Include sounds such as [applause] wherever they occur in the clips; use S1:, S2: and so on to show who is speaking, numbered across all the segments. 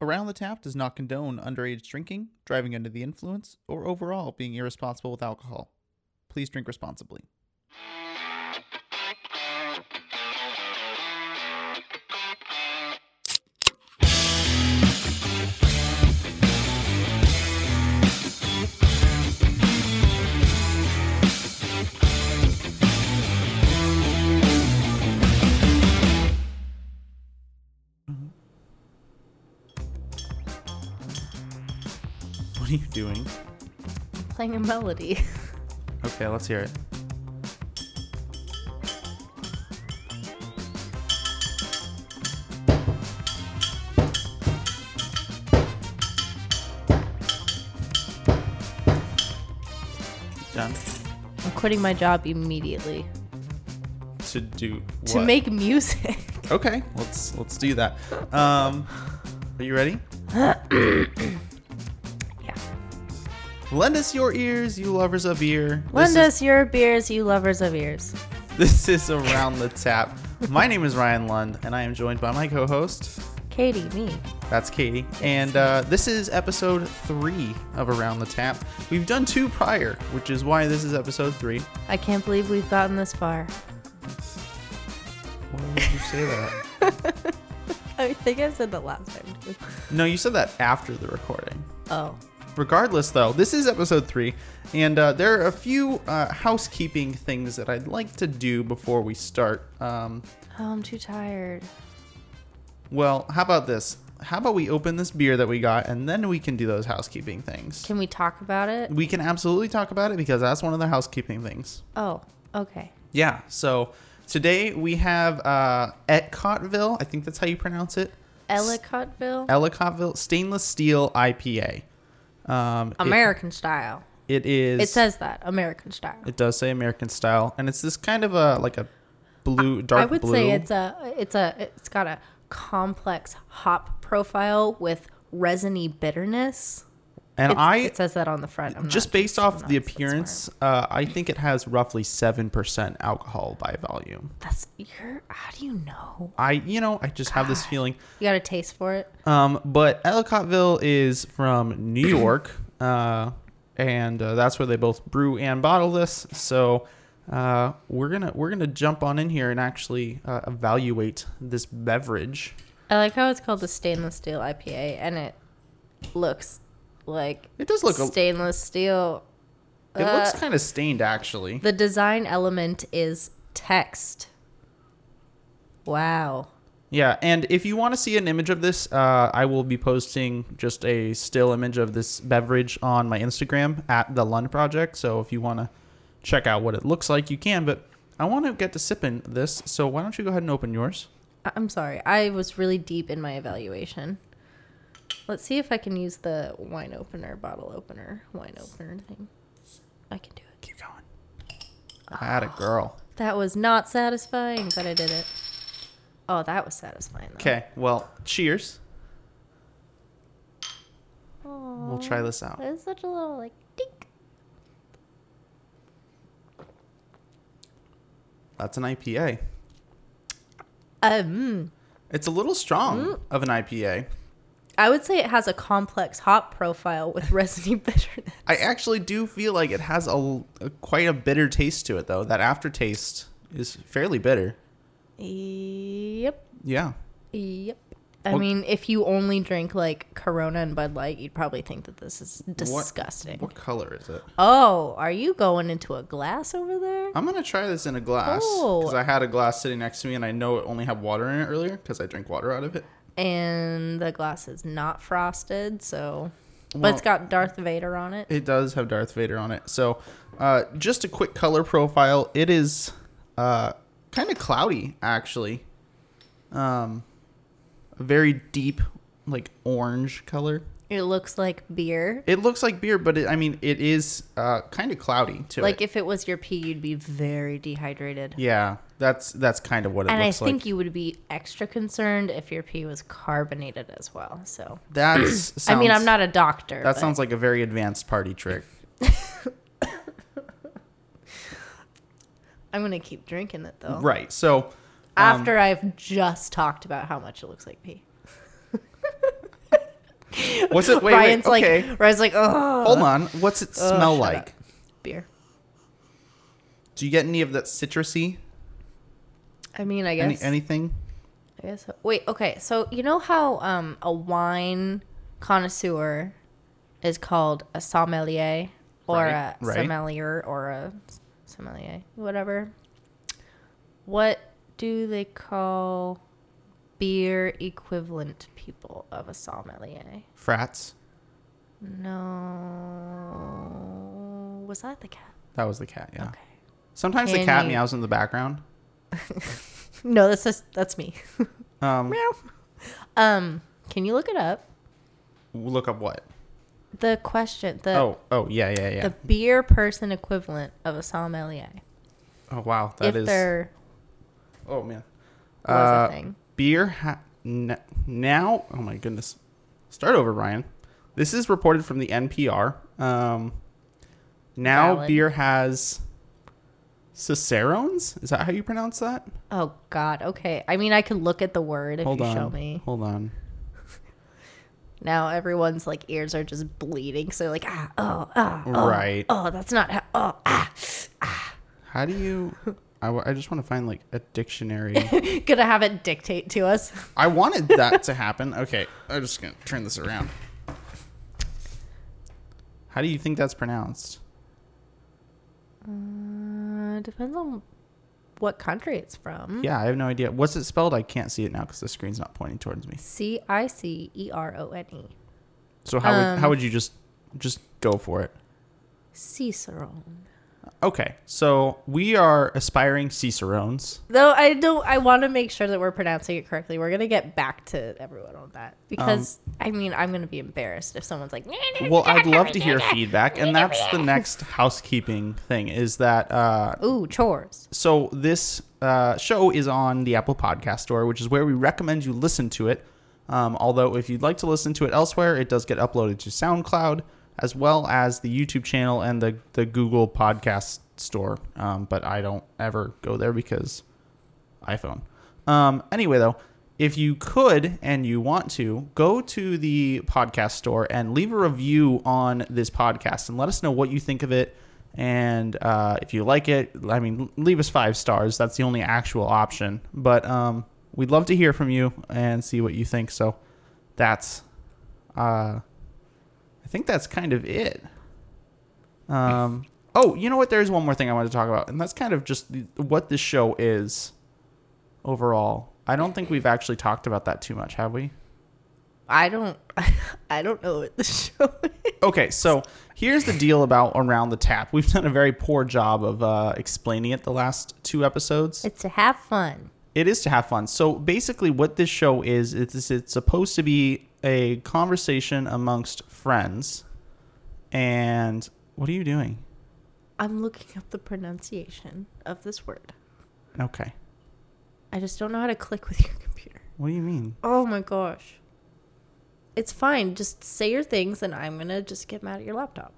S1: Around the Tap does not condone underage drinking, driving under the influence, or overall being irresponsible with alcohol. Please drink responsibly. What are you doing?
S2: Playing a melody. [laughs]
S1: Okay, let's hear it. Done.
S2: I'm quitting my job immediately
S1: To do what?
S2: to make music. [laughs]
S1: Okay, let's let's do that. Um, are you ready?
S2: yeah.
S1: Lend us your ears, you lovers of beer.
S2: Lend
S1: This is-
S2: us your beers, you lovers of ears.
S1: This is [laughs] Around the Tap. My name is Ryan Lund, and I am joined by my co host.
S2: Katie, me.
S1: That's Katie. And uh, this is episode three of Around the Tap. We've done two prior, which is why this is episode three.
S2: I can't believe we've gotten this far.
S1: Why would you say
S2: [laughs]
S1: that?
S2: [laughs] I think I said that last time too.
S1: no, you said that after the recording.
S2: Oh.
S1: Regardless, though, this is episode three, and uh, there are a few uh, housekeeping things that I'd like to do before we start. Um,
S2: Oh, I'm too tired.
S1: well, how about this? How about we open this beer that we got, and then we can do those housekeeping things?
S2: Can we talk about it?
S1: We can absolutely talk about it because that's one of the housekeeping things.
S2: Oh, okay.
S1: Yeah. So today we have uh, Etcottville. I think that's how you pronounce it.
S2: Ellicottville?
S1: Ellicottville stainless steel IPA. Um, it-
S2: American style.
S1: it is.
S2: It says that. American style.
S1: It does say American style, and it's this kind of a like a blue, dark
S2: I would
S1: blue.
S2: say it's a it's a it's got a complex hop profile with resiny bitterness.
S1: and
S2: It's-
S1: I
S2: it says that on the front. I'm
S1: just
S2: not-
S1: based
S2: I'm
S1: off
S2: not
S1: the
S2: that smart.
S1: appearance, uh, I think it has roughly seven percent alcohol by volume.
S2: That's your. How do you know?
S1: I, you know, I just have this feeling.
S2: You got a taste for it.
S1: Um, but Ellicottville is from New York, uh, and uh, that's where they both brew and bottle this. So uh, we're gonna we're gonna jump on in here and actually uh, evaluate this beverage.
S2: I like how it's called the stainless steel IPA, and it looks like
S1: It does look a, it
S2: stainless steel.
S1: looks kind of stained actually.
S2: The design element is text. Wow.
S1: Yeah, and if you want to see an image of this, uh, I will be posting just a still image of this beverage on my Instagram at the Lund Project. So if you want to check out what it looks like, you can. But I want to get to sipping this, so why don't you go ahead and open yours?
S2: I- I'm sorry. I was really deep in my evaluation. Let's see if I can use the wine opener, bottle opener, wine opener thing. I can do it.
S1: Keep going. I had a girl.
S2: That was not satisfying, but I did it. Oh, that was satisfying. Though.
S1: Okay, well, cheers. We'll try this out.
S2: It was such a little like dink.
S1: That's an IPA.
S2: Um,
S1: It's a little strong of an IPA.
S2: I would say it has a complex hop profile with [laughs] resiny bitterness.
S1: I actually do feel like it has a, a- quite a bitter taste to it, though. That aftertaste is fairly bitter.
S2: Yep,
S1: Yeah.
S2: yep. I
S1: What-
S2: mean, if you only drink like Corona and Bud Light, you'd probably think that this is disgusting.
S1: What color is it?
S2: Oh, are you going into a glass over there?
S1: I'm gonna try this in a glass because
S2: Oh.
S1: I had a glass sitting next to me, and I know it only had water in it earlier because I drink water out of it.
S2: And the glass is not frosted, so. But
S1: Well-
S2: it's got Darth Vader on it.
S1: It does have Darth Vader on it. So, uh, just a quick color profile. It is uh, kind of cloudy, actually. Um, a very deep, like orange color.
S2: It looks like beer.
S1: It looks like beer, but it, I mean, it is uh, kind of cloudy to
S2: Like
S1: it.
S2: if it was your pee, you'd be very dehydrated.
S1: Yeah, that's that's kind of what it
S2: and I
S1: looks
S2: think
S1: like.
S2: you would be extra concerned if your pee was carbonated as well. So,
S1: That's. sounds,
S2: [clears throat] I mean, I'm not a doctor.
S1: That
S2: but
S1: sounds like a very advanced party trick.
S2: I'm gonna keep drinking it though.
S1: Right. um, So,
S2: After I've just talked about how much it looks like pee.
S1: What's
S2: [laughs]
S1: it? [laughs] Wait, wait,
S2: Ryan's like,
S1: okay.
S2: Ryan's like, oh,
S1: Hold on. What's it
S2: Ugh,
S1: smell
S2: shut
S1: like?
S2: up. Beer.
S1: Do you get any of that citrusy?
S2: I mean, I guess.
S1: Any, anything?
S2: I guess. So. Wait. Okay. So you know how um a wine connoisseur is called a sommelier or
S1: Right,
S2: a
S1: right.
S2: sommelier or a sommelier, whatever. What do they call beer equivalent people of a sommelier?
S1: Frats.
S2: No. Was that the cat?
S1: That was the cat. Yeah.
S2: Okay. [laughs]
S1: Sometimes the
S2: Can
S1: cat
S2: you-
S1: meows in the background.
S2: No, that's just, that's me. [laughs]
S1: Um,
S2: Meow. um, can you look it up?
S1: look up what?
S2: The question, the
S1: oh, oh, yeah, yeah, yeah.
S2: the beer person equivalent of E a sommelier,
S1: oh, wow, that
S2: if
S1: is.
S2: there
S1: Oh man.
S2: was
S1: Uh,
S2: a thing.
S1: Beer ha- n- now. Oh my goodness. Start over, Ryan. This is reported from the NPR. Um, now
S2: Valid.
S1: beer has cicerones. Is that how you pronounce that?
S2: Oh God. Okay. I mean, I could look at the word if
S1: Hold
S2: you
S1: on.
S2: show me.
S1: Hold on.
S2: Now everyone's like ears are just bleeding, so they're like ah oh ah oh,
S1: Right.
S2: oh that's not how oh ah [laughs]
S1: How do you? I, w- I just want to find like a dictionary.
S2: gonna have it dictate to us.
S1: I wanted that to happen. Okay, I'm just gonna turn this around. How do you think that's pronounced?
S2: Uh, depends on what country it's from.
S1: Yeah, I have no idea. What's it spelled? I can't see it now because the screen's not pointing towards me.
S2: C I C E R O N E.
S1: So how would, how
S2: Um,
S1: would you just just go for it?
S2: Cicerone.
S1: Okay, so we are aspiring cicerones.
S2: Though I don't, I want to make sure that we're pronouncing it correctly. We're gonna get back to everyone on that because I mean I'm gonna be embarrassed if someone's like,
S1: Um, Well, I'd love to hear feedback, and that's the next housekeeping thing. Is that uh,
S2: "Ooh, chores."
S1: so this uh, show is on the Apple Podcast Store, which is where we recommend you listen to it. Um, although, if you'd like to listen to it elsewhere, it does get uploaded to SoundCloud as well as the YouTube channel and the, the Google Podcast Store. Um, but I don't ever go there because iPhone. Um, anyway, though, if you could and you want to, go to the podcast store and leave a review on this podcast and let us know what you think of it. And uh, if you like it, I mean, leave us five stars. That's the only actual option. But um, we'd love to hear from you and see what you think. So that's, uh, I think that's kind of it. Um, oh, you know what? There's one more thing I wanted to talk about, and that's kind of just the, what this show is overall. I don't think we've actually talked about that too much, have we?
S2: I don't, [laughs] I don't know what the [laughs] show is.
S1: Okay, so here's the deal about Around the Tap. We've done a very poor job of uh, explaining it the last two episodes.
S2: It's to have fun.
S1: It is to have fun. So basically, what this show is, it's, it's supposed to be a conversation amongst friends. And what are you doing?
S2: I'm looking up the pronunciation of this word.
S1: Okay.
S2: I just don't know how to click with your computer.
S1: What do you mean?
S2: Oh my gosh. It's fine. Just say your things, and I'm gonna just get mad at your laptop.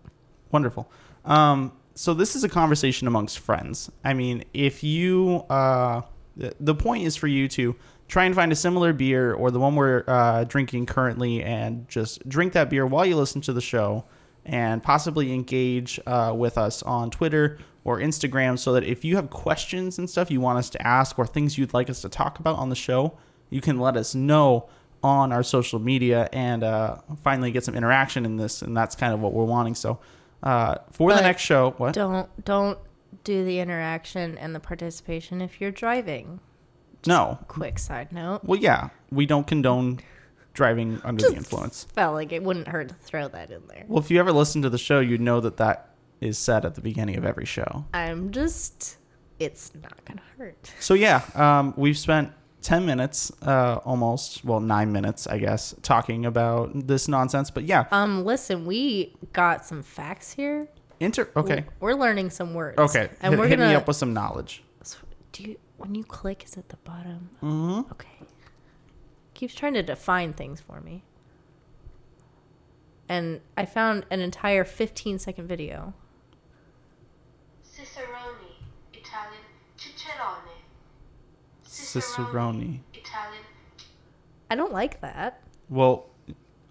S1: Wonderful. Um, so this is a conversation amongst friends. I mean, if you, uh, the, the point is for you to try and find a similar beer or the one we're uh, drinking currently, and just drink that beer while you listen to the show, and possibly engage uh, with us on Twitter or Instagram, so that if you have questions and stuff you want us to ask or things you'd like us to talk about on the show, you can let us know on our social media and uh, finally get some interaction in this. And that's kind of what we're wanting. So uh, for the
S2: But
S1: next show, what?
S2: Don't don't do the interaction and the participation if you're driving.
S1: No.
S2: Quick side note.
S1: Well, yeah, we don't condone driving under the influence.
S2: Felt like it wouldn't hurt to throw that in there.
S1: Well, if you ever listen to the show, you know that that is said at the beginning of every show.
S2: I'm just it's not gonna hurt.
S1: So yeah, um, we've spent ten minutes, uh, almost, well, nine minutes, I guess, talking about this nonsense. But yeah,
S2: Um listen, we got some facts here.
S1: inter. Okay,
S2: We're learning some words.
S1: okay.
S2: And
S1: hit
S2: we're
S1: hit
S2: gonna
S1: me up with some knowledge.
S2: s- do you when you click is at the bottom.
S1: hmm
S2: Okay. Keeps trying to define things for me. And I found an entire 15 second video.
S3: Cicerone, Italian cicerone.
S1: Cicerone.
S3: Italian
S2: I don't like that.
S1: Well,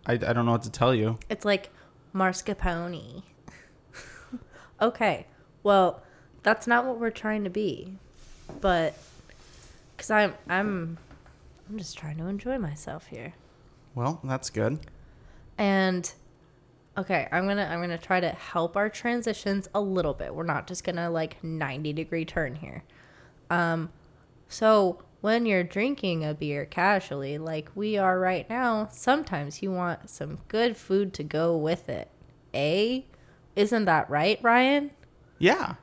S1: I, I don't know what to tell you.
S2: It's like mascarpone. [laughs] okay. Well, that's not what we're trying to be. But cuz I'm I'm I'm just trying to enjoy myself here.
S1: Well, that's good.
S2: And okay, I'm going to I'm going to try to help our transitions a little bit. We're not just going to like 90 degree turn here. Um so when you're drinking a beer casually like we are right now, sometimes you want some good food to go with it. A isn't that right, Ryan?
S1: Yeah.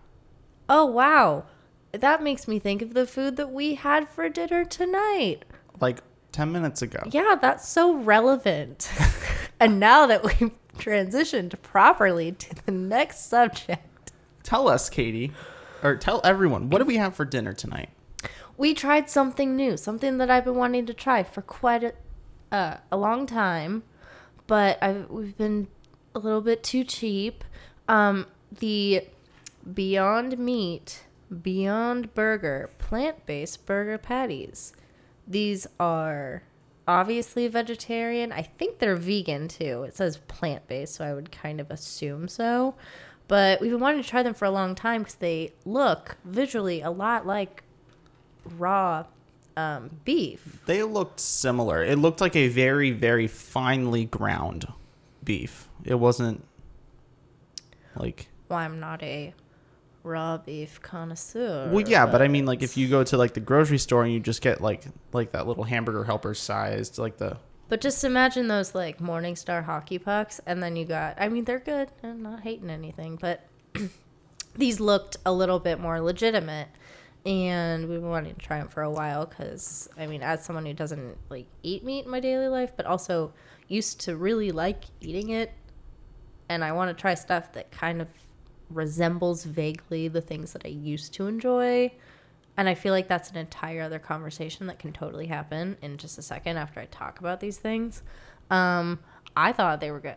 S2: Oh wow. That makes me think of the food that we had for dinner tonight.
S1: Like 10 minutes ago.
S2: Yeah, that's so relevant. [laughs] and now that we've transitioned properly to the next subject,
S1: Tell us, Katie, or tell everyone, what do we have for dinner tonight?
S2: we tried something new, something that I've been wanting to try for quite a, uh, a long time, but I've, we've been a little bit too cheap. Um, the Beyond Meat, Beyond Burger, plant based burger patties. These are obviously vegetarian. I think they're vegan too. It says plant based, so I would kind of assume so. But we've been wanting to try them for a long time because they look visually a lot like raw um, beef.
S1: They looked similar. It looked like a very, very finely ground beef. It wasn't like.
S2: Well, I'm not a raw beef connoisseur.
S1: Well, yeah, but I mean, like, if you go to like the grocery store and you just get like like that little hamburger helper sized, like the
S2: But just imagine those like Morningstar hockey pucks, and then you got. I mean, they're good. I'm not hating anything, but [clears throat] these looked a little bit more legitimate, and we've been wanting to try them for a while because I mean, as someone who doesn't like eat meat in my daily life, but also used to really like eating it, and I want to try stuff that kind of resembles vaguely the things that I used to enjoy. And I feel like that's an entire other conversation that can totally happen in just a second after I talk about these things. Um, I thought they were good.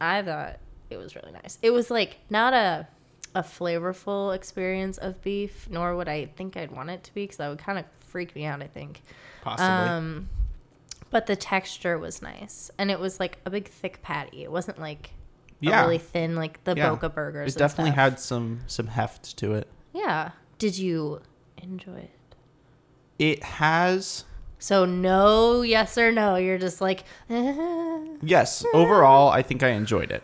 S2: I thought it was really nice. It was like not a a flavorful experience of beef, nor would I think I'd want it to be because that would kind of freak me out. I think,
S1: possibly.
S2: um, but the texture was nice, and it was like a big thick patty. It wasn't like
S1: Yeah.
S2: a really thin like the
S1: Yeah.
S2: Boca burgers.
S1: it
S2: and
S1: definitely
S2: stuff.
S1: had some some heft to it.
S2: Yeah. Did you enjoy it?
S1: It has
S2: So no, yes or no. You're just like, [laughs] you
S1: yes. Overall, I think I enjoyed it.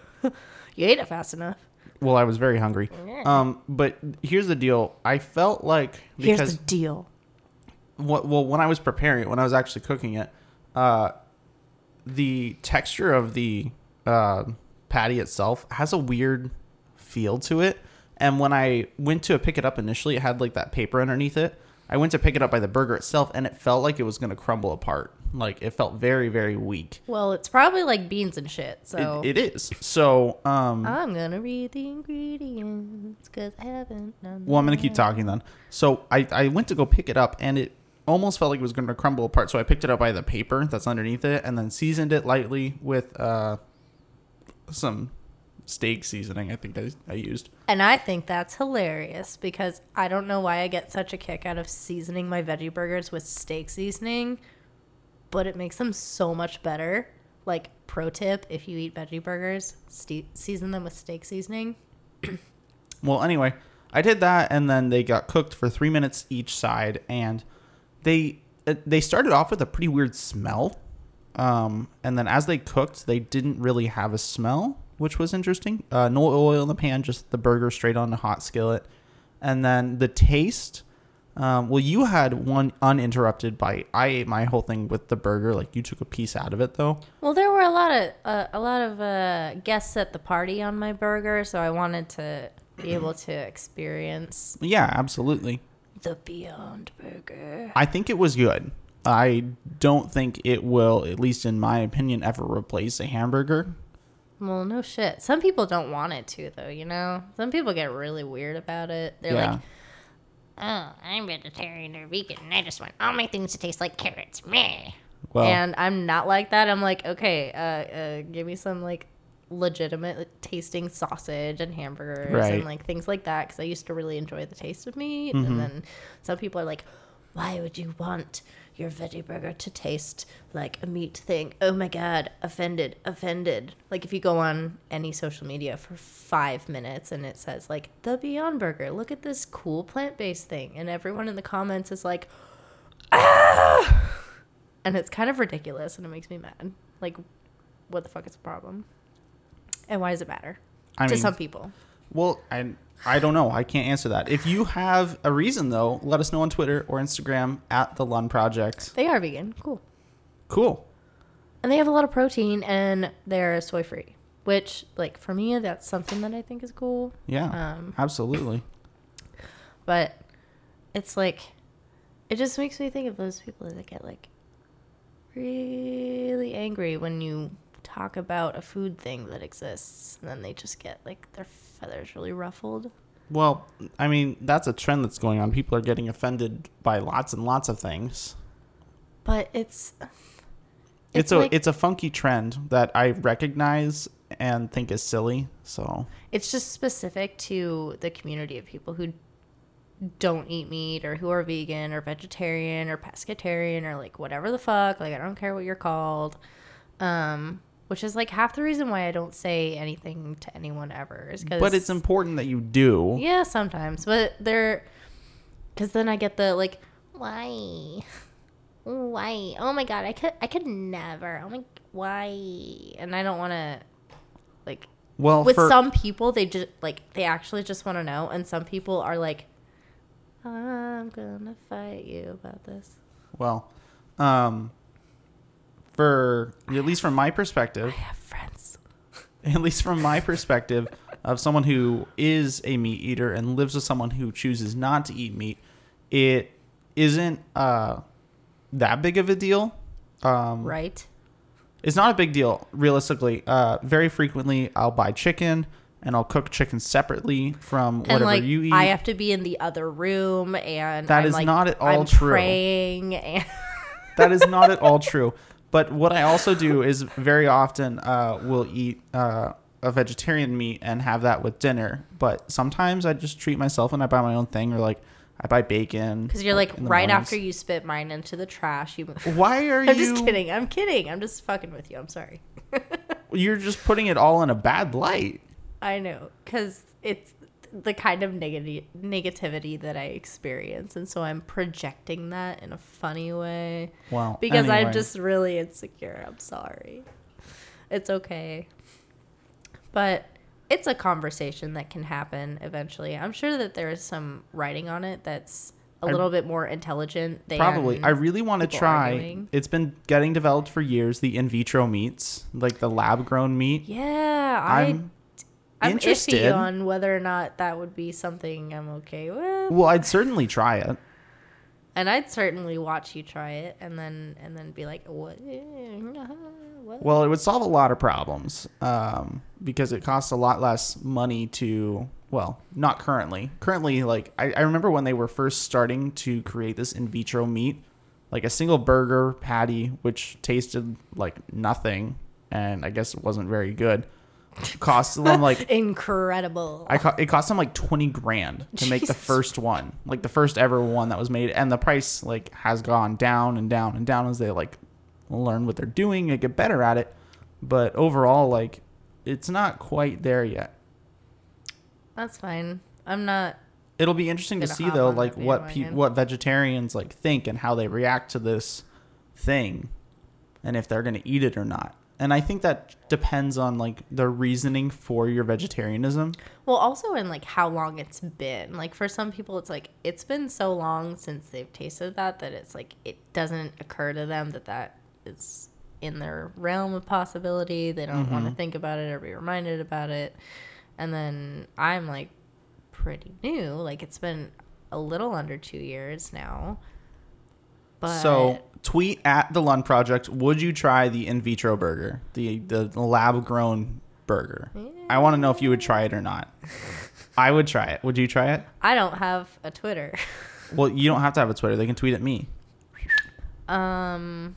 S2: ate it fast enough.
S1: Well, I was very hungry. Um, but here's the deal. I felt like because
S2: Here's the deal.
S1: what well when I was preparing it, when I was actually cooking it, uh, the texture of the uh, patty itself has a weird feel to it. And when I went to pick it up initially, it had like that paper underneath it. I went to pick it up by the burger itself, and it felt like it was gonna crumble apart. Like it felt very very weak.
S2: Well, it's probably like beans and shit. So
S1: It, it is. So um,
S2: I'm gonna read the ingredients because I haven't done.
S1: Well, I'm gonna keep talking then. So I, I went to go pick it up and it almost felt like it was gonna crumble apart. So I picked it up by the paper that's underneath it and then seasoned it lightly with uh some steak seasoning. I think I, I used.
S2: And I think that's hilarious because I don't know why I get such a kick out of seasoning my veggie burgers with steak seasoning, but it makes them so much better. Like, pro tip if you eat veggie burgers, ste- season them with steak seasoning.
S1: Well, anyway, I did that, and then they got cooked for three minutes each side, and they uh, they started off with a pretty weird smell, um, and then as they cooked, they didn't really have a smell, which was interesting. Uh, no oil in the pan, just the burger straight on the hot skillet, and then the taste. Um, well, you had one uninterrupted bite. I ate my whole thing with the burger. Like you took a piece out of it, though.
S2: Well, there were a lot of uh, a lot of uh, guests at the party on my burger, so I wanted to
S1: [clears throat]
S2: be able to experience
S1: Yeah, absolutely.
S2: the Beyond Burger.
S1: I think it was good. I don't think it will, at least in my opinion, ever replace a hamburger.
S2: Well, no shit. Some people don't want it to, though. You know, some people get really weird about it. They're
S1: yeah.
S2: like,
S4: Oh, I'm vegetarian or vegan, and I just want all my things to taste like carrots. Meh.
S1: well,
S2: and I'm not like that. I'm like, okay, uh, uh, give me some like legitimate tasting sausage and hamburgers
S1: Right. Mm-hmm.
S2: and like things like that because I used to really enjoy the taste of meat. And then some people are like, why would you want your veggie burger to taste like a meat thing. Oh my god, offended, offended. Like if you go on any social media for five minutes and it says like the Beyond Burger, look at this cool plant based thing, and everyone in the comments is like, ah, and it's kind of ridiculous and it makes me mad. Like, what the fuck is the problem? And why does it matter
S1: I
S2: to
S1: mean,
S2: some people?
S1: Well, I I don't know. I can't answer that. If you have a reason though, let us know on Twitter or Instagram at the Lun Project.
S2: They are vegan, cool.
S1: Cool.
S2: and they have a lot of protein and they're soy free which like for me that's something that i think is cool
S1: Yeah.
S2: Um,
S1: absolutely.
S2: but it's like it just makes me think of those people that get like really angry when you talk about a food thing that exists and then they just get like their feathers really ruffled
S1: Well, I mean, that's a trend that's going on. People are getting offended by lots and lots of things.
S2: but it's
S1: It's, a
S2: like-
S1: it's a funky trend that I recognize and think is silly. So,
S2: it's just specific to the community of people who don't eat meat or who are vegan or vegetarian or pescatarian or like whatever the fuck like i don't care what you're called um which is like half the reason why i don't say anything to anyone ever is because
S1: but it's important that you do.
S2: yeah sometimes but they're because then i get the like
S4: Why? Why? Oh my god, I could I could never. Oh my why?
S2: and i don't want to like
S1: Well,
S2: with
S1: for,
S2: some people they just like they actually just want to know and some people are like i'm gonna fight you about this
S1: well, um, for at least from my perspective, [laughs]
S2: have friends
S1: at least from my perspective of someone who is a meat eater and lives with someone who chooses not to eat meat, it isn't uh, that big of a deal. Um,
S2: right
S1: It's not a big deal, realistically. Uh, very frequently, I'll buy chicken and I'll cook chicken separately from
S2: and
S1: whatever
S2: like
S1: you eat.
S2: i have to be in the other room and
S1: That
S2: I'm
S1: is
S2: like,
S1: not at all
S2: I'm
S1: true.
S2: praying [laughs] and
S1: that is not at all true. But what I also do is very often uh, will eat uh, a vegetarian meat and have that with dinner. But sometimes I just treat myself and I buy my own thing, or like I buy bacon.
S2: because you're like
S1: in the
S2: right
S1: mornings.
S2: after you spit mine into the trash you [laughs]
S1: Why are
S2: i'm
S1: you?
S2: just kidding i'm kidding i'm just fucking with you i'm sorry
S1: You're just putting it all in a bad light.
S2: i know because it's the kind of negati- negativity that i experience and so i'm projecting that in a funny way
S1: Wow.
S2: because
S1: anyway.
S2: I'm just really insecure. I'm sorry. It's okay. But it's a conversation that can happen eventually. I'm sure that there is some writing on it that's a
S1: I-
S2: little bit more intelligent than
S1: Probably. I really want to
S2: people
S1: try.
S2: arguing.
S1: It's been getting developed for years. The in vitro meats, like the lab grown meat.
S2: Yeah, I I'm,
S1: I'm interested.
S2: iffy on whether or not that would be something I'm okay with.
S1: Well, I'd certainly try it.
S2: And I'd certainly watch you try it and then and then be like, "What? [laughs] what?
S1: Well, it would solve a lot of problems um, because it costs a lot less money to. Well, not currently. Currently, like I, I remember when they were first starting to create this in vitro meat, like a single burger patty which tasted like nothing, and I guess it wasn't very good. Cost them like
S2: Incredible."
S1: I co- it cost them like twenty grand to make the
S2: Jesus.
S1: first one, like the first ever one that was made, and the price like has gone down and down and down as they like learn what they're doing and get better at it. But overall, like it's not quite there yet.
S2: That's fine. I'm not
S1: It'll be interesting to
S2: Gonna
S1: see
S2: hop
S1: though,
S2: on the
S1: like what pe-
S2: bandwagon.
S1: what vegetarians like think and how they react to this thing, and if they're gonna eat it or not. And I think that depends on like the reasoning for your vegetarianism.
S2: Well, also in like how long it's been. Like for some people, it's like it's been so long since they've tasted that that it's like it doesn't occur to them that that is in their realm of possibility. They don't want to think about it or be reminded about it. And then I'm like pretty new. Like it's been a little under two years now. But
S1: So tweet at the Lund Project. Would you try the in vitro burger, the the lab grown burger? I want to know if you would try it or
S2: [laughs]
S1: not. I would try it. Would you try it?
S2: I don't have a Twitter. [laughs]
S1: Well, you don't have to have a Twitter. They can tweet at me.
S2: Um,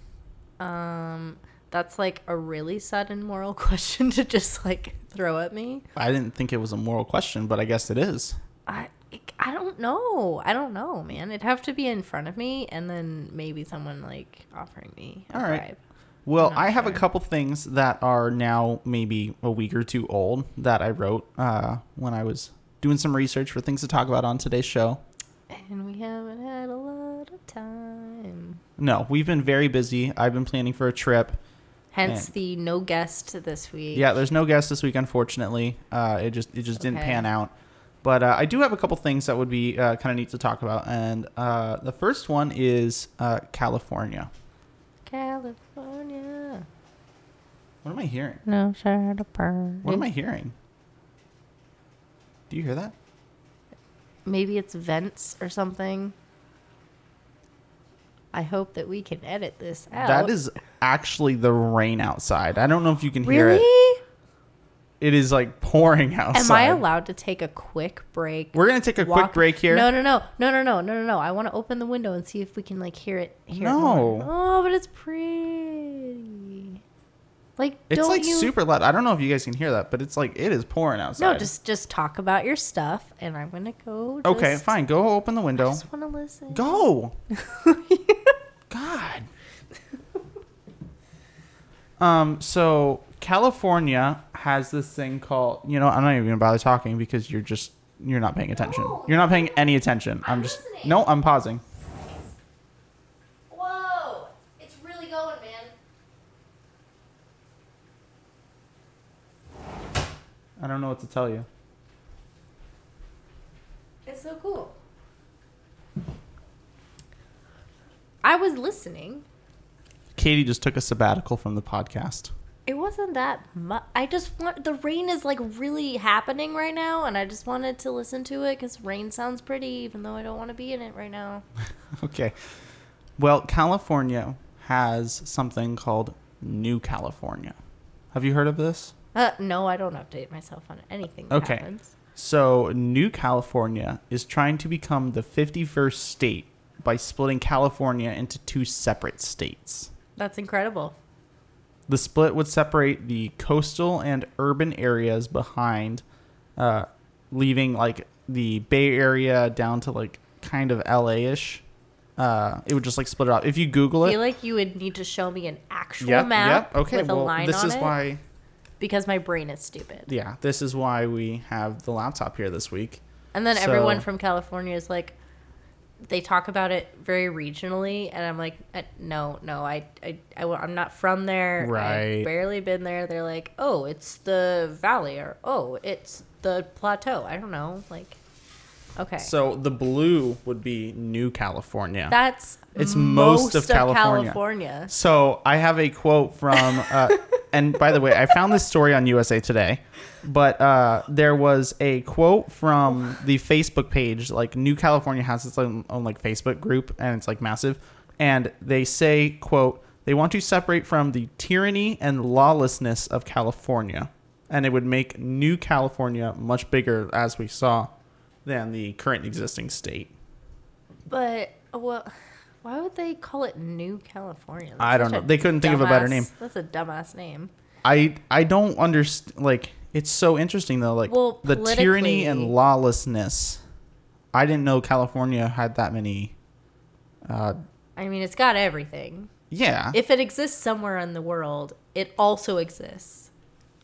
S2: um, that's like a really sudden moral [laughs] question to just like throw at me.
S1: I didn't think it was a moral question, but I guess it is.
S2: I, I don't don't know. I don't know, man. It'd have to be in front of me, and then maybe someone like offering me a
S1: All right.
S2: bribe.
S1: Well,
S2: I'm not
S1: I have a
S2: sure.
S1: couple things that are now maybe a week or two old that I wrote uh, when I was doing some research for things to talk about on today's show.
S2: And we haven't had a lot of time.
S1: No, we've been very busy. I've been planning for a trip.
S2: Hence
S1: Man.
S2: the no guest this week.
S1: Yeah, there's no guest this week, unfortunately. Uh, it just it just didn't
S2: Okay.
S1: pan out. But uh, I do have a couple things that would be uh, kind of neat to talk about, and uh, the first one is uh, California.
S2: California.
S1: What am I hearing?
S2: No shirt to burn.
S1: What am I hearing? Do you hear that?
S2: Maybe it's vents or something. I hope that we can edit this out.
S1: That is actually the rain outside. I don't know if you can hear
S2: really.
S1: it. It is like pouring outside.
S2: Am I allowed to take a quick break?
S1: We're gonna take a quick
S2: walk-
S1: break here.
S2: No, no, no, no, no, no, no, no, no. I want to open the window and see if we can like hear it. Hear It more.
S1: No.
S2: oh, but it's pretty. Like,
S1: it's
S2: don't
S1: like
S2: you?
S1: super loud. I don't know if you guys can hear that, but it's like it is pouring outside.
S2: no, just just talk about your stuff, and I'm gonna go. Just,
S1: okay, fine. Go open the
S2: I
S1: window.
S2: just want to listen. [laughs]
S1: Go. God. [laughs] um. So California has this thing called. You know, I'm not even gonna bother talking because you're just you're not paying attention.
S4: No.
S1: You're not paying any attention. I'm,
S4: I'm
S1: just
S4: listening.
S1: no. I'm pausing.
S4: Whoa! It's really going, man.
S1: I don't know what to tell you.
S2: It's so cool. I was listening.
S1: Katie just took a sabbatical from the podcast. [laughs]
S2: It wasn't that much. I just want the rain is like really happening right now, and I just wanted to listen to it because rain sounds pretty, even though I don't want to be in it right now.
S1: Okay. Well, California has something called New California. Have you heard of this?
S2: Uh, no, I don't update myself on anything. That
S1: Okay.
S2: Happens.
S1: So, New California is trying to become the 51st state by splitting California into two separate states.
S2: That's incredible.
S1: The split would separate the coastal and urban areas behind, uh, leaving like the Bay Area down to like kind of LA ish. Uh, it would just like split it up. If you Google
S2: I
S1: it,
S2: feel like you would need to show me an actual
S1: yep,
S2: map
S1: yep. Okay,
S2: with
S1: well,
S2: a line
S1: this
S2: on
S1: is
S2: it
S1: why.
S2: because my brain is stupid.
S1: Yeah, this is why we have the laptop here this week.
S2: And then
S1: So-
S2: everyone from California is like, they talk about it very regionally, and I'm like, uh, no, no, I, I, I, am not from there. I've
S1: Right.
S2: barely been there. They're like, oh, it's the valley, or oh, it's the plateau. I don't know. Like, okay,
S1: So the blue would be New California.
S2: that's
S1: It's most of California.
S2: California.
S1: So I have a quote from, uh, and by the way, I found this story on USA Today, but uh, there was a quote from the Facebook page. Like New California has its own, own like Facebook group, and it's like massive. And they say, "quote They want to separate from the tyranny and lawlessness of California, and it would make New California much bigger, as we saw, than the current existing state."
S2: But well, why would they call it New California? That's
S1: I don't
S2: such
S1: know. They couldn't think of a better
S2: dumbass-
S1: name.
S2: That's a dumbass name.
S1: I I don't understand. Like it's so interesting though. Like
S2: Well,
S1: the tyranny and
S2: politically-
S1: lawlessness. I didn't know California had that many. Uh,
S2: I mean, it's got everything.
S1: yeah.
S2: If it exists somewhere in the world, it also exists.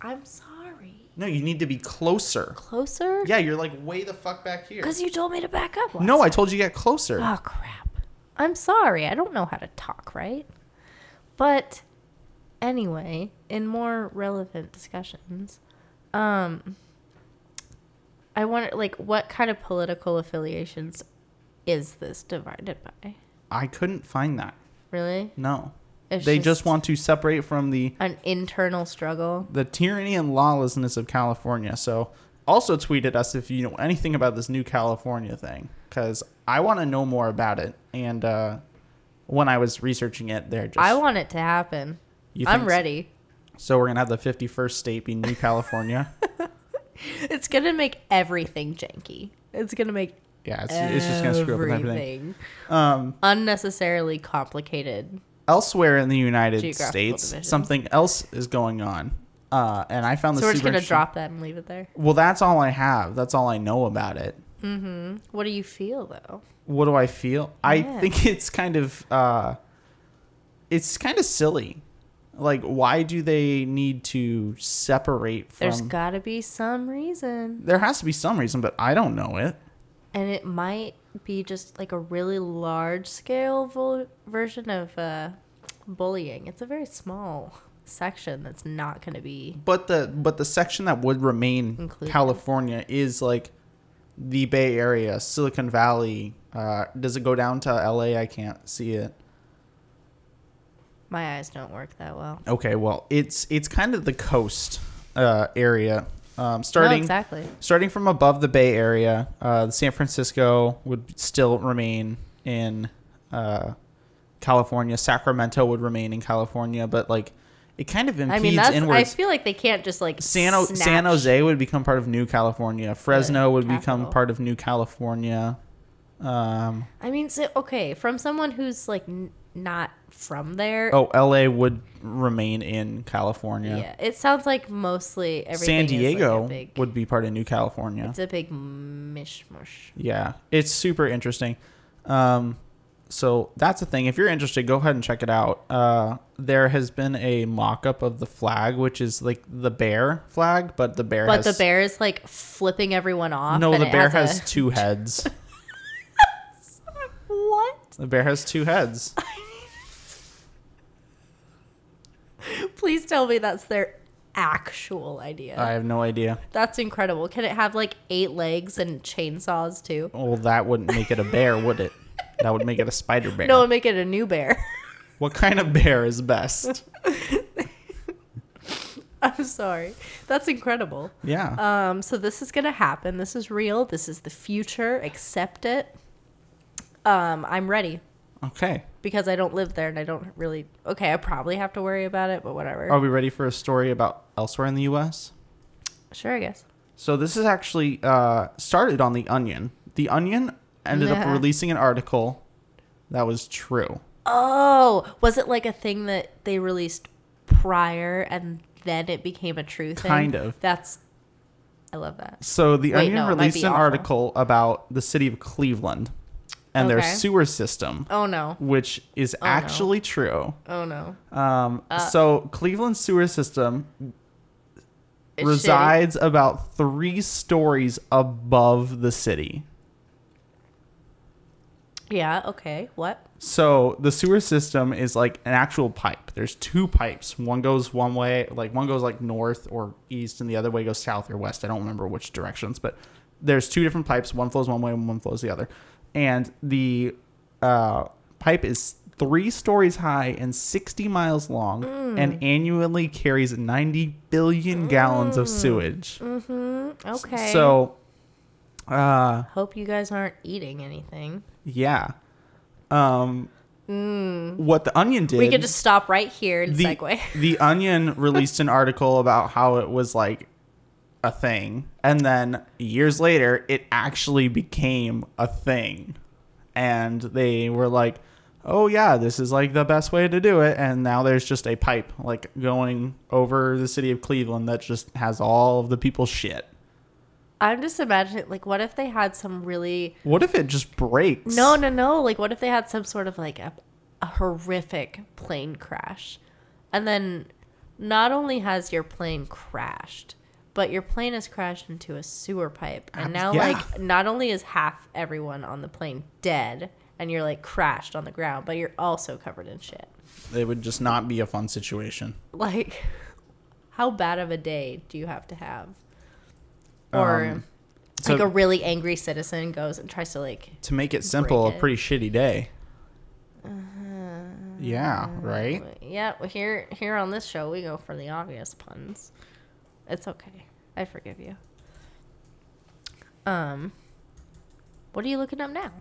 S2: I'm sorry.
S1: no, you need to be closer.
S2: Closer?
S1: Yeah, you're like way the fuck back here.
S2: Because you told me to back up. Last
S1: No, I told you get closer.
S2: Oh, crap. I'm sorry. I don't know how to talk, right? But anyway, in more relevant discussions, um, I wonder, like, what kind of political affiliations is this divided by?
S1: I couldn't find that.
S2: Really?
S1: No,
S2: It's
S1: they just want to separate from the
S2: an internal struggle.
S1: the tyranny and lawlessness of California. So also tweet at us if you know anything about this new California thing, because I want to know more about it. And uh, when I was researching it, they're just
S2: I want it to happen.
S1: You
S2: I'm
S1: think so?
S2: ready.
S1: So we're gonna have the 51st state be New
S2: [laughs]
S1: California.
S2: It's gonna make everything janky. It's gonna make
S1: yeah, it's, it's just gonna screw up with everything.
S2: everything
S1: Um,
S2: unnecessarily complicated.
S1: elsewhere in the United
S2: Geographical
S1: States,
S2: divisions.
S1: something else is going on, uh, and I found this.
S2: So we're just
S1: super
S2: gonna
S1: interesting-
S2: drop that and leave it there.
S1: Well, that's all I have. That's all I know about it.
S2: What do you feel though?
S1: What do I feel? I
S2: Yeah.
S1: think [laughs] it's kind of uh it's kind of silly. Like why do they need to separate from
S2: There's got to be some reason,
S1: There has to be some reason, but I don't know it.
S2: and it might be just like a really large scale vul- version of uh, bullying. It's a very small section that's not going to be
S1: But the but the section that would remain
S2: Included.
S1: California is like the Bay Area, Silicon Valley. Uh, does it go down to L.A.? I can't see it.
S2: My eyes don't work that well.
S1: Okay, well it's it's kind of the coast uh, area, um,
S2: No,
S1: starting
S2: exactly.
S1: starting from above the Bay Area. Uh, San Francisco would still remain in uh, California. Sacramento would remain in California, but like it kind of
S2: I
S1: impedes
S2: mean, that's. I
S1: E inwards.
S2: feel like they can't just like
S1: San, o- San
S2: snatch-
S1: Jose would become part of New California. Fresno would become
S2: capital.
S1: part of New California. Um,
S2: I mean, so, okay, from someone who's like n- not from there.
S1: oh, LA would remain in California.
S2: yeah. It sounds like mostly
S1: San
S2: everything.
S1: Diego
S2: is like a big,
S1: would be part of New California.
S2: It's a big mishmash.
S1: Yeah, it's super interesting. Um, so that's the thing. If you're interested, go ahead and check it out. Uh, there has been a mock-up of the flag, which is like the bear flag, but the bear.
S2: But
S1: has,
S2: the bear is like flipping everyone off.
S1: No,
S2: and
S1: the
S2: it
S1: bear
S2: has,
S1: has,
S2: a-
S1: two heads.
S2: [laughs] what?
S1: the bear has two heads.
S2: Please tell me that's their actual idea.
S1: I have no idea.
S2: that's incredible. Can it have like eight legs and chainsaws too?
S1: Well, that wouldn't make it a bear, would it? That would make it a spider bear.
S2: No, make it a new bear. [laughs]
S1: What kind of bear is best?
S2: I'm sorry. That's incredible.
S1: Yeah.
S2: Um, so this is gonna happen. This is real. This is the future. Accept it. Um, I'm ready
S1: okay.
S2: because I don't live there and I don't really. Okay, I probably have to worry about it, but whatever.
S1: Are we ready for a story about elsewhere in the U.S.?
S2: sure, I guess.
S1: So this is actually uh, started on the Onion. The Onion ended up
S2: Nah.
S1: releasing an article that was true.
S2: Oh, was it like a thing that they released prior and then it became a true thing?
S1: Kind of.
S2: That's. I love that.
S1: So the
S2: Wait,
S1: Onion
S2: no, it might
S1: released
S2: be
S1: an
S2: awful.
S1: article about the city of Cleveland and their
S2: Okay.
S1: sewer system,
S2: Oh no.
S1: which is
S2: no. Uh.
S1: actually true.
S2: Oh no.
S1: Um, so Cleveland's sewer system
S2: It's shitty.
S1: resides about three stories above the city.
S2: Yeah. Okay. What?
S1: So the sewer system is like an actual pipe. There's two pipes. One goes one way, like one goes like north or east, and the other way goes south or west. I don't remember which directions, but there's two different pipes. One flows one way and one flows the other. And the uh, pipe is three stories high and 60 miles long
S2: Mm.
S1: and annually carries 90 billion gallons of sewage.
S2: Mm. Okay.
S1: So, uh,
S2: hope you guys aren't eating anything.
S1: yeah. Um, What the onion did.
S2: Mm. We could just stop right here and
S1: the,
S2: segue. [laughs]
S1: the Onion released an article about how it was like a thing. And then years later, it actually became a thing. And they were like, oh, yeah, this is like the best way to do it. And now there's just a pipe like going over the city of Cleveland that just has all of the people's shit.
S2: I'm just imagining, like, what if they had some really
S1: What if it just breaks?
S2: no, no, no, like, what if they had some sort of like a, a horrific plane crash, and then not only has your plane crashed, but your plane has crashed into a sewer pipe, and
S1: Ab-
S2: now
S1: yeah.
S2: like not only is half everyone on the plane dead, and you're like crashed on the ground, but you're also covered in shit.
S1: It would just not be a fun situation.
S2: Like, how bad of a day do you have to have, or?
S1: Um,
S2: like
S1: to-
S2: a really angry citizen goes and tries to like
S1: To make it simple,
S2: Break
S1: a
S2: it. Uh-huh.
S1: pretty shitty day. yeah, right?
S2: yeah well, here here on this show we go for the obvious puns it's okay i forgive you um what are you looking up now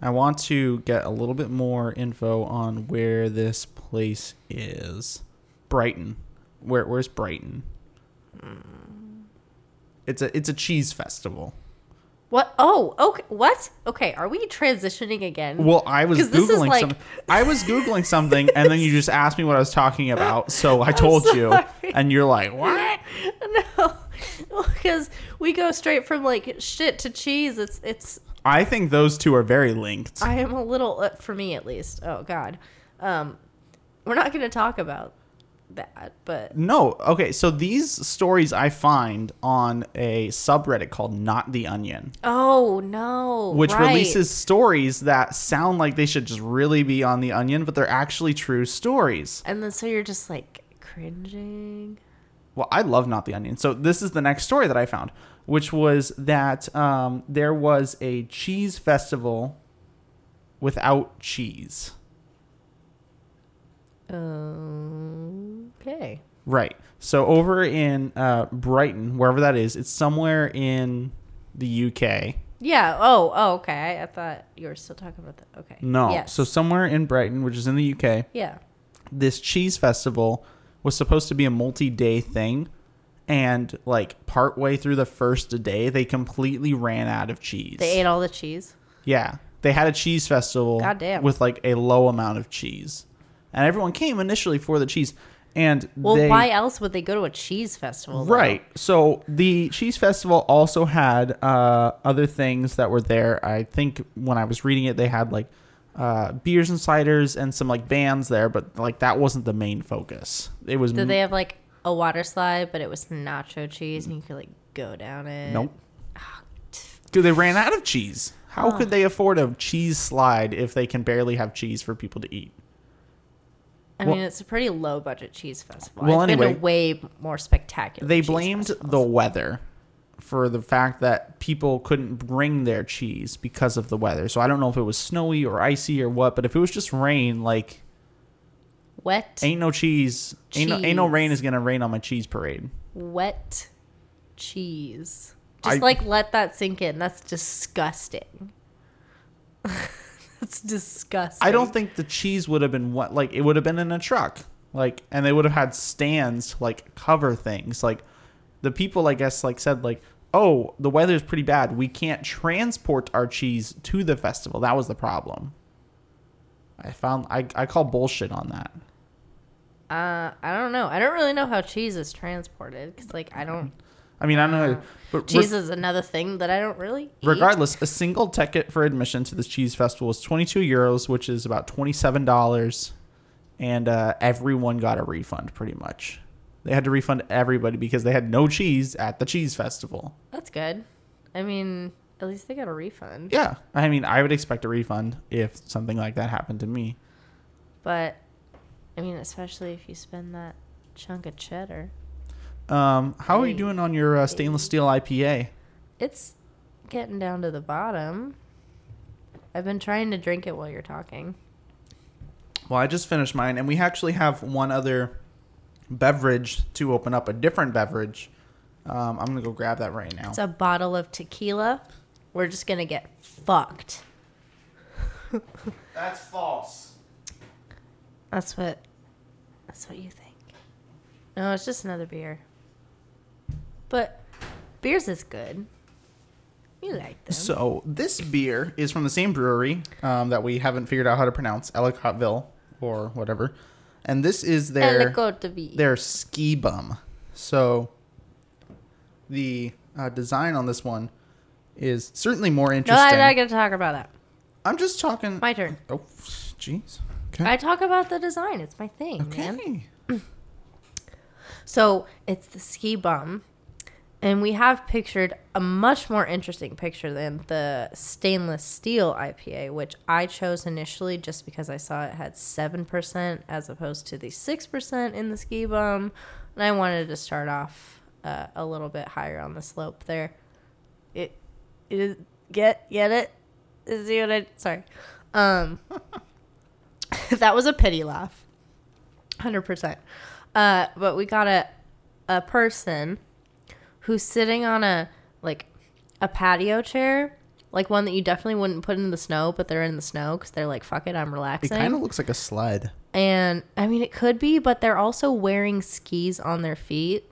S1: I want to get a little bit more info on where this place is. Brighton. Where where's Brighton?
S2: Mm.
S1: It's a it's a cheese festival.
S2: what oh okay what okay are we transitioning again
S1: Well, I was
S2: 'Cause this is
S1: googling
S2: like-
S1: something. I was googling something, and then you
S2: [laughs]
S1: just asked me what I was talking about. So I told you,
S2: sorry.
S1: and you're like, "What?"
S2: [laughs] no [laughs] because we go straight from like shit to cheese. It's it's
S1: I think those two are very linked.
S2: I am a little uh, for me at least. Oh God, um, we're not going to talk about that, but
S1: No, okay, so these stories I find on a subreddit called Not the Onion,
S2: oh no,
S1: which
S2: right.
S1: releases stories that sound like they should just really be on the Onion, but they're actually true stories.
S2: and then so you're just like cringing.
S1: well, I love Not the Onion. So this is the next story that I found, which was that um, there was a cheese festival without cheese.
S2: Okay,
S1: Right. So over in uh, Brighton, wherever that is, it's somewhere in the UK.
S2: yeah. Oh, oh, okay. I, I thought you were still talking about that. Okay,
S1: No.
S2: Yes.
S1: So somewhere in Brighton, which is in the UK,
S2: yeah.
S1: this cheese festival was supposed to be a multi-day thing and like partway through the first day they completely ran out of cheese.
S2: They ate all the cheese.
S1: Yeah. They had a cheese festival
S2: Goddamn.
S1: with like a low amount of cheese. And everyone came initially for the cheese. And
S2: Well,
S1: they,
S2: why else would they go to a cheese festival? though?
S1: Right. So the cheese festival also had uh, other things that were there. I think when I was reading it, they had like uh, beers and ciders and some like bands there, but like that wasn't the main focus. It was
S2: Did they have like a water slide, but it was nacho cheese, and you could like go down it?
S1: nope.
S2: ah,
S1: Dude, they ran out of cheese. How could they afford a cheese slide if they can barely have cheese for people to eat?
S2: I
S1: Well-
S2: mean, it's a pretty low budget cheese festival.
S1: Well,
S2: Well, I've been
S1: anyway,
S2: to way more spectacular.
S1: they
S2: cheese
S1: blamed the
S2: festivals.
S1: weather for the fact that people couldn't bring their cheese because of the weather. So I don't know if it was snowy or icy or what, but if it was just rain, like
S2: wet,
S1: ain't no cheese, Ain't, no, ain't no rain is gonna rain on my cheese parade.
S2: wet cheese. Just
S1: I-
S2: like let that sink in. That's disgusting. [laughs] That's disgusting.
S1: I don't think the cheese would have been what like it would have been in a truck, like, and they would have had stands to, like cover things. Like the people, I guess, like said like. Oh, the weather's pretty bad. We can't transport our cheese to the festival. That was the problem. I found I, I call bullshit on that.
S2: Uh, I don't know. I don't really know how cheese is transported because, like, I don't.
S1: I mean, I don't know, but re-
S2: Cheese is another thing that I don't really. eat.
S1: regardless, a single ticket for admission to this cheese festival was 22 euros, which is about 27 dollars, and uh, everyone got a refund pretty much. They had to refund everybody because they had no cheese at the cheese festival.
S2: That's good. I mean, at least they got a refund.
S1: Yeah, I mean, I would expect a refund if something like that happened to me.
S2: But, I mean, especially if you spend that chunk of cheddar.
S1: Um, how are you doing on your uh, stainless steel IPA?
S2: It's getting down to the bottom. I've been trying to drink it while you're talking.
S1: Well, I just finished mine, and we actually have one other beverage to open up a different beverage. Um, I'm gonna go grab that right now.
S2: It's a bottle of tequila. We're just going to get fucked.
S1: That's false.
S2: That's what that's what you think. No, it's just another beer. But beers is good. You like them.
S1: So this beer is from the same brewery um, that we haven't figured out how to pronounce, Ellicottville or whatever, and this is their
S2: Ellicottville.
S1: their ski bum. So the uh, design on this one is certainly more
S2: No,
S1: interesting.
S2: I'm not going to talk about that.
S1: I'm just talking.
S2: My turn.
S1: oh, jeez. Okay.
S2: I talk about the design. It's my thing, man.
S1: okay.
S2: So it's the ski bum. And we have pictured a much more interesting picture than the stainless steel IPA, which I chose initially just because I saw it had 7% as opposed to the 6% in the ski bum. And I wanted to start off uh, a little bit higher on the slope there. It, it is, get, get it? You See what I, sorry. Um, [laughs] that was a pity laugh. 100%. Uh, but we got a a person who's sitting on a like a patio chair, like one that you definitely wouldn't put in the snow, but they're in the snow because they're like, "Fuck it, I'm
S1: It
S2: relaxing."
S1: kind of looks like a sled.
S2: and I mean, it could be, but they're also wearing skis on their feet,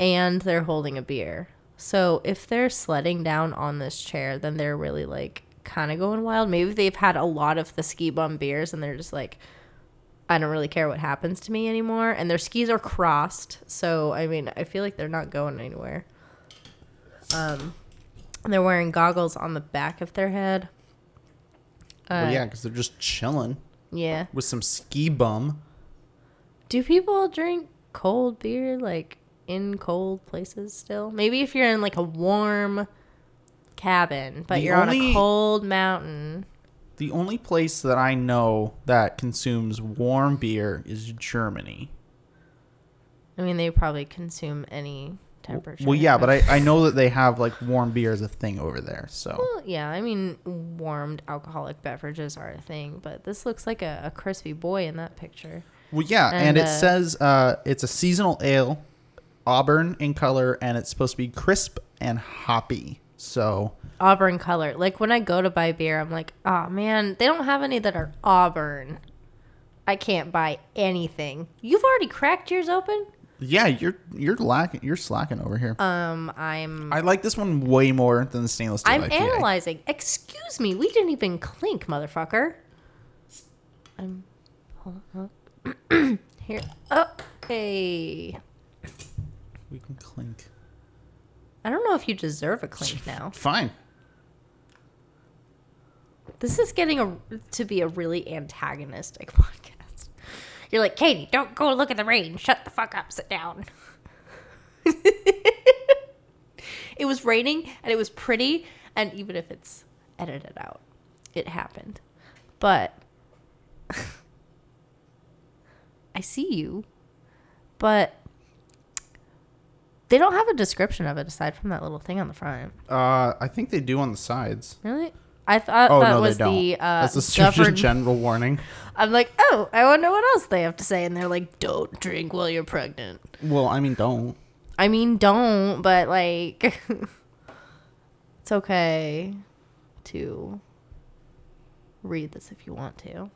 S2: and they're holding a beer. So if they're sledding down on this chair, then they're really like kind of going wild. Maybe they've had a lot of the ski bum beers, and they're just like I don't really care what happens to me anymore. And their skis are crossed, so I mean, I feel like they're not going anywhere. Um, and they're wearing goggles on the back of their head.
S1: Well,
S2: Uh,
S1: yeah, because they're just chilling
S2: Yeah.
S1: with some ski bum.
S2: Do people drink cold beer like in cold places still? Maybe if you're in like a warm cabin, but
S1: The
S2: you're on
S1: only-
S2: a cold mountain.
S1: The only place that I know that consumes warm beer is Germany.
S2: I mean, they probably consume any temperature.
S1: Well, yeah, but I, I know that they have like warm beer as a thing over there. So
S2: Well, yeah, I mean, warmed alcoholic beverages are a thing, but this looks like a, a crispy boy in that picture.
S1: well, yeah, and,
S2: And,
S1: it
S2: uh,
S1: says uh, it's a seasonal ale, auburn in color, and it's supposed to be crisp and hoppy. So
S2: Auburn color. Like when I go to buy beer, I'm like, oh man, they don't have any that are auburn. I can't buy anything. You've already cracked yours open.
S1: yeah, you're you're lacking you're slacking over here.
S2: Um, I'm
S1: I like this one way more than the stainless steel.
S2: I'm
S1: IPA.
S2: analyzing. Excuse me, we didn't even clink, motherfucker. I'm hold on. [clears throat] here. Okay.
S1: We can clink.
S2: I don't know if you deserve a clink now.
S1: Fine.
S2: This is getting a, to be a really antagonistic [laughs] podcast. You're like, Katie, don't go look at the rain. Shut the fuck up. Sit down. it was raining and it was pretty. And even if it's edited out, it happened. But [laughs] I see you. But they don't have a description of it aside from that little thing on the front.
S1: Uh, I think they do on the sides.
S2: Really? I thought
S1: Oh
S2: that
S1: no,
S2: was
S1: they don't.
S2: the uh,
S1: That's the Surgeon
S2: govern-
S1: General warning.
S2: [laughs] I'm like, oh, I wonder what else they have to say, and they're like, don't drink while you're pregnant.
S1: Well, I mean, don't.
S2: I mean, don't, but like, [laughs] it's okay to read this if you want to.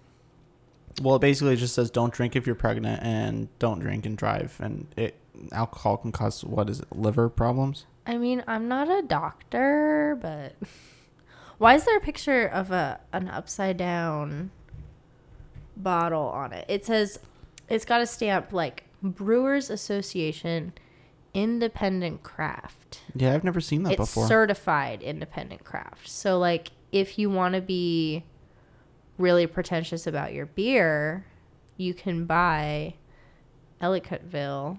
S1: Well, it basically just says don't drink if you're pregnant and don't drink and drive, and it alcohol can cause what is it liver problems?
S2: I mean, I'm not a doctor, but [laughs] why is there a picture of a an upside down bottle on it? It says it's got a stamp like Brewers Association Independent Craft.
S1: Yeah, I've never seen that
S2: it's
S1: Oh, before.
S2: certified independent craft. So like if you want to be really pretentious about your beer, you can buy Ellicottville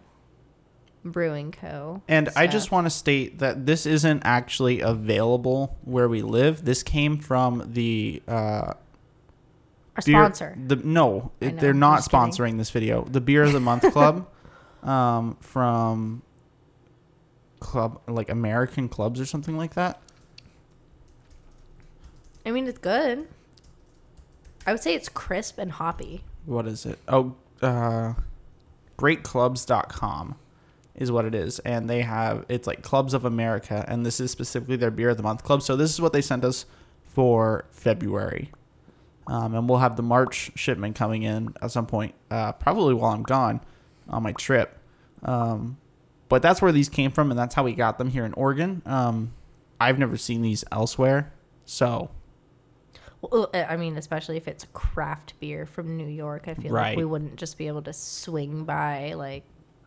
S2: Brewing Co.
S1: and I
S2: stuff.
S1: just want to state that this isn't actually available where we live. This came from the uh,
S2: our
S1: beer-
S2: sponsor.
S1: The no,
S2: I
S1: it-
S2: know,
S1: they're
S2: I'm
S1: not
S2: just kidding.
S1: sponsoring this video. The Beer of the Month
S2: [laughs]
S1: Club, um, from club like American clubs or something like that.
S2: I mean, it's good. I would say it's crisp and hoppy.
S1: what is it? Oh, uh, greatclubs.com is what it is. And they have, it's like Clubs of America. And this is specifically their Beer of the Month club. So this is what they sent us for February. Um, and we'll have the March shipment coming in at some point, uh, probably while I'm gone on my trip. Um, but that's where these came from, and that's how we got them here in Oregon. Um, I've never seen these elsewhere. So
S2: Well, uh, I mean, especially if it's craft beer from New York, I feel
S1: Right.
S2: like we wouldn't just be able to swing by like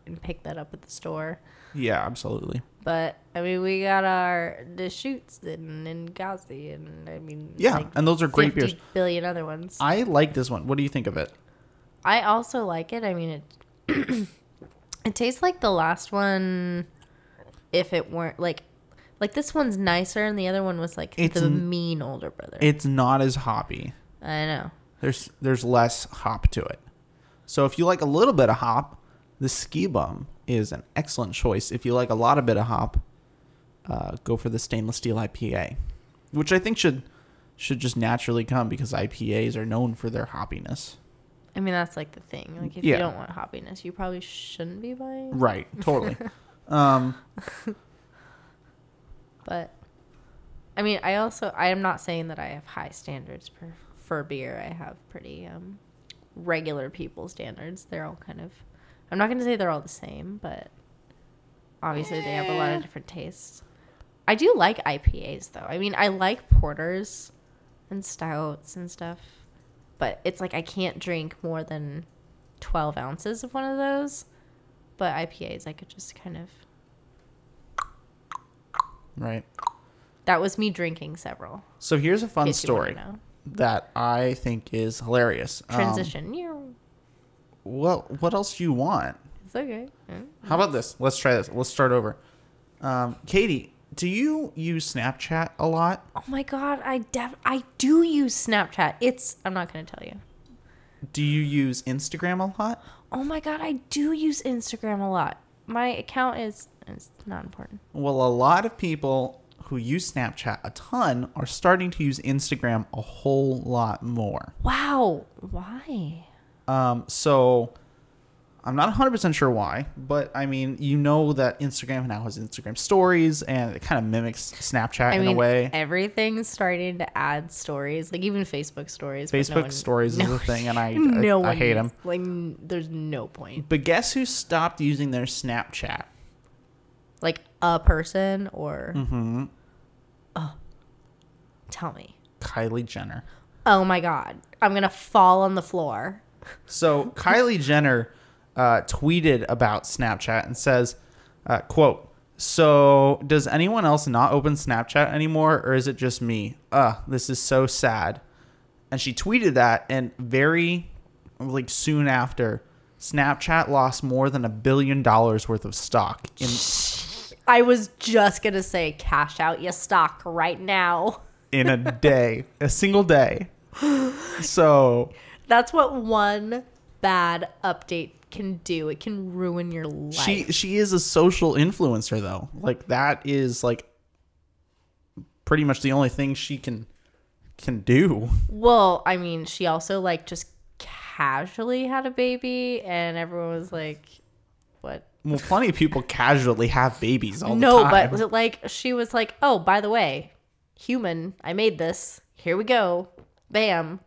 S2: and pick that up at the store.
S1: yeah, absolutely.
S2: But I mean, we got our Deschutes and Ngazi, and I mean,
S1: Yeah,
S2: like,
S1: and those are great
S2: 50
S1: beers.
S2: Billion other ones.
S1: I like this one. What do you think of it?
S2: I also like it. I mean, it [clears throat] it tastes like the last one. If it weren't like, like this one's nicer, and the other one was like
S1: It's
S2: the
S1: n-
S2: mean older brother.
S1: it's not as hoppy.
S2: I know.
S1: There's there's less hop to it. So if you like a little bit of hop, the ski bum is an excellent choice. If you like a lot of bit of hop, uh, go for the stainless steel IPA, which I think should should just naturally come because IPAs are known for their hoppiness.
S2: I mean, that's like the thing. Like, if
S1: Yeah.
S2: you don't want hoppiness, you probably shouldn't be buying.
S1: Right,
S2: [laughs]
S1: totally. um,
S2: But I mean, I also I am not saying that I have high standards for for beer. I have pretty um regular people standards. They're all kind of I'm not going to say they're all the same, but obviously they have a lot of different tastes. I do like IPAs though. I mean, I like porters and stouts and stuff, but it's like I can't drink more than 12 ounces of one of those. But IPAs, I could just kind of.
S1: Right.
S2: That was me drinking several.
S1: So here's a
S2: in
S1: fun
S2: case you wanna
S1: story
S2: know.
S1: that I think is hilarious. Um,
S2: Transition. Meow.
S1: well, what else do you want?
S2: it's okay. Mm.
S1: How about this? Let's try this. Let's start over. Um, Katie, do you use Snapchat a lot?
S2: Oh my god, I def- I do use Snapchat. It's I'm not gonna tell you.
S1: Do you use Instagram a lot?
S2: Oh my god, I do use Instagram a lot. My account is it's not important.
S1: Well, a lot of people who use Snapchat a ton are starting to use Instagram a whole lot more.
S2: Wow, why?
S1: Um, so I'm not 100% sure why, but I mean, you know that Instagram now has Instagram stories and it kind of mimics Snapchat
S2: I
S1: in
S2: mean, eh,
S1: a way.
S2: everything's starting to add stories, like even Facebook stories. but
S1: Facebook
S2: [laughs] no one-
S1: stories is a thing, and I,
S2: no
S1: I, I
S2: one
S1: hate them.
S2: needs- Like, n- there's no point.
S1: But guess who stopped using their Snapchat?
S2: Like a person or. Oh,
S1: Mm-hmm.
S2: tell me.
S1: Kylie Jenner.
S2: Oh my god, I'm gonna fall on the floor.
S1: So Kylie Jenner uh, tweeted about Snapchat and says, uh, "quote So does anyone else not open Snapchat anymore, or is it just me? Uh, this is so sad." And she tweeted that, and very like soon after, Snapchat lost more than a billion dollars worth of stock. In,
S2: I was just gonna say, cash out your stock right now. [laughs]
S1: in a day, a single day. So
S2: That's what one bad update can do. It can ruin your life.
S1: she she is a social influencer though. Like that is like pretty much the only thing she can can do.
S2: well, I mean, she also like just casually had a baby, and everyone was like, "What?"
S1: Well, plenty of people casually have babies all the
S2: No,
S1: time.
S2: but like she was like, "Oh, by the way, human, I made this. Here we go, bam."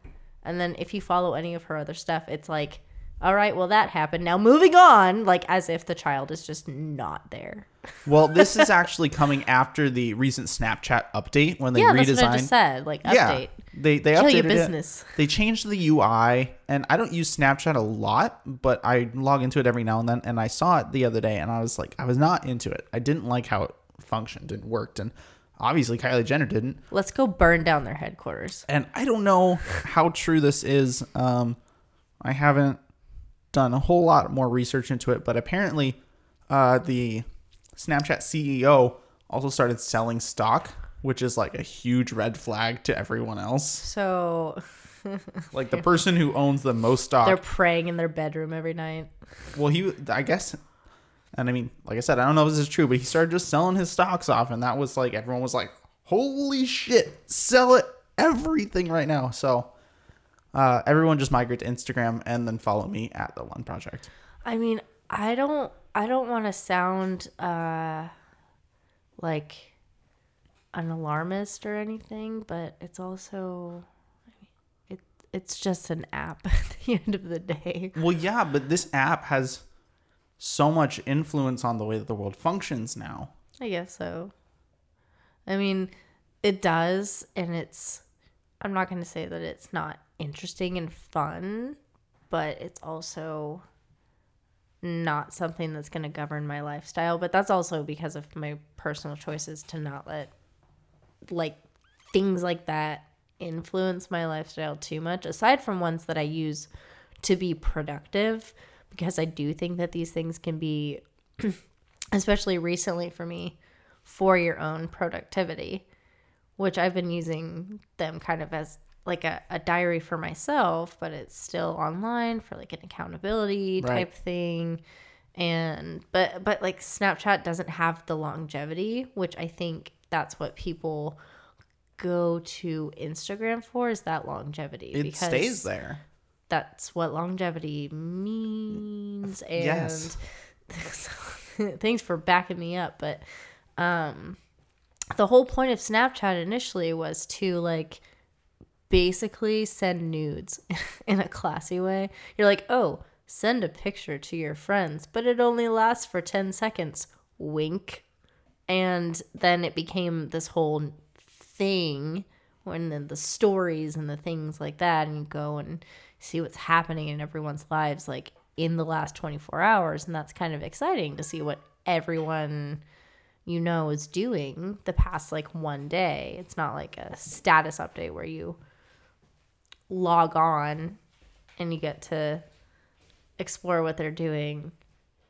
S2: And then if you follow any of her other stuff, it's like, "All right, well that happened. Now moving on." Like as if the child is just not there.
S1: well, this is actually coming after the recent Snapchat update when they
S2: yeah,
S1: redesigned.
S2: that's what I just said. Like update.
S1: Yeah, they they
S2: Kill
S1: updated
S2: your
S1: it.
S2: business.
S1: They changed the UI, and I don't use Snapchat a lot, but I log into it every now and then. And I saw it the other day, and I was like, I was not into it. I didn't like how it functioned and worked, and obviously Kylie Jenner didn't.
S2: Let's go burn down their headquarters.
S1: and I don't know how true this is. Um, I haven't done a whole lot more research into it, but apparently, uh, the Snapchat CEO also started selling stock, which is like a huge red flag to everyone else.
S2: So
S1: Like the person who owns the most
S2: they're
S1: stock.
S2: praying in their bedroom every night.
S1: Well, he, I guess, and I mean, like I said, I don't know if this is true, but he started just selling his stocks off, and that was like everyone was like, "Holy shit, sell it, everything right now!" So. Uh, everyone just migrate to Instagram and then follow me at the One Project.
S2: I mean, I don't I don't want to sound uh like an alarmist or anything, but it's also I mean, it it's just an app [laughs] at the end of the day.
S1: Well, yeah, but this app has so much influence on the way that the world functions now.
S2: I guess so. I mean, it does, and it's. I'm not going to say that it's not interesting and fun, but it's also not something that's going to govern my lifestyle. But that's also because of my personal choices to not let, like, things like that influence my lifestyle too much, aside from ones that I use to be productive, because I do think that these things can be [clears throat] especially recently for me, for your own productivity, which I've been using them kind of as like a, a diary for myself, but it's still online for like an accountability
S1: Right.
S2: type thing. And but but like Snapchat doesn't have the longevity, which I think that's what people go to Instagram for is that longevity.
S1: It stays there.
S2: That's what longevity means. And
S1: Yes.
S2: [laughs] thanks for backing me up but um the whole point of snapchat initially was to like basically send nudes [laughs] in a classy way you're like oh send a picture to your friends but it only lasts for 10 seconds wink and then it became this whole thing and then the stories and the things like that and you go and see what's happening in everyone's lives like in the last 24 hours. And that's kind of exciting to see what everyone you know is doing the past like one day. It's not like a status update where you log on and you get to explore what they're doing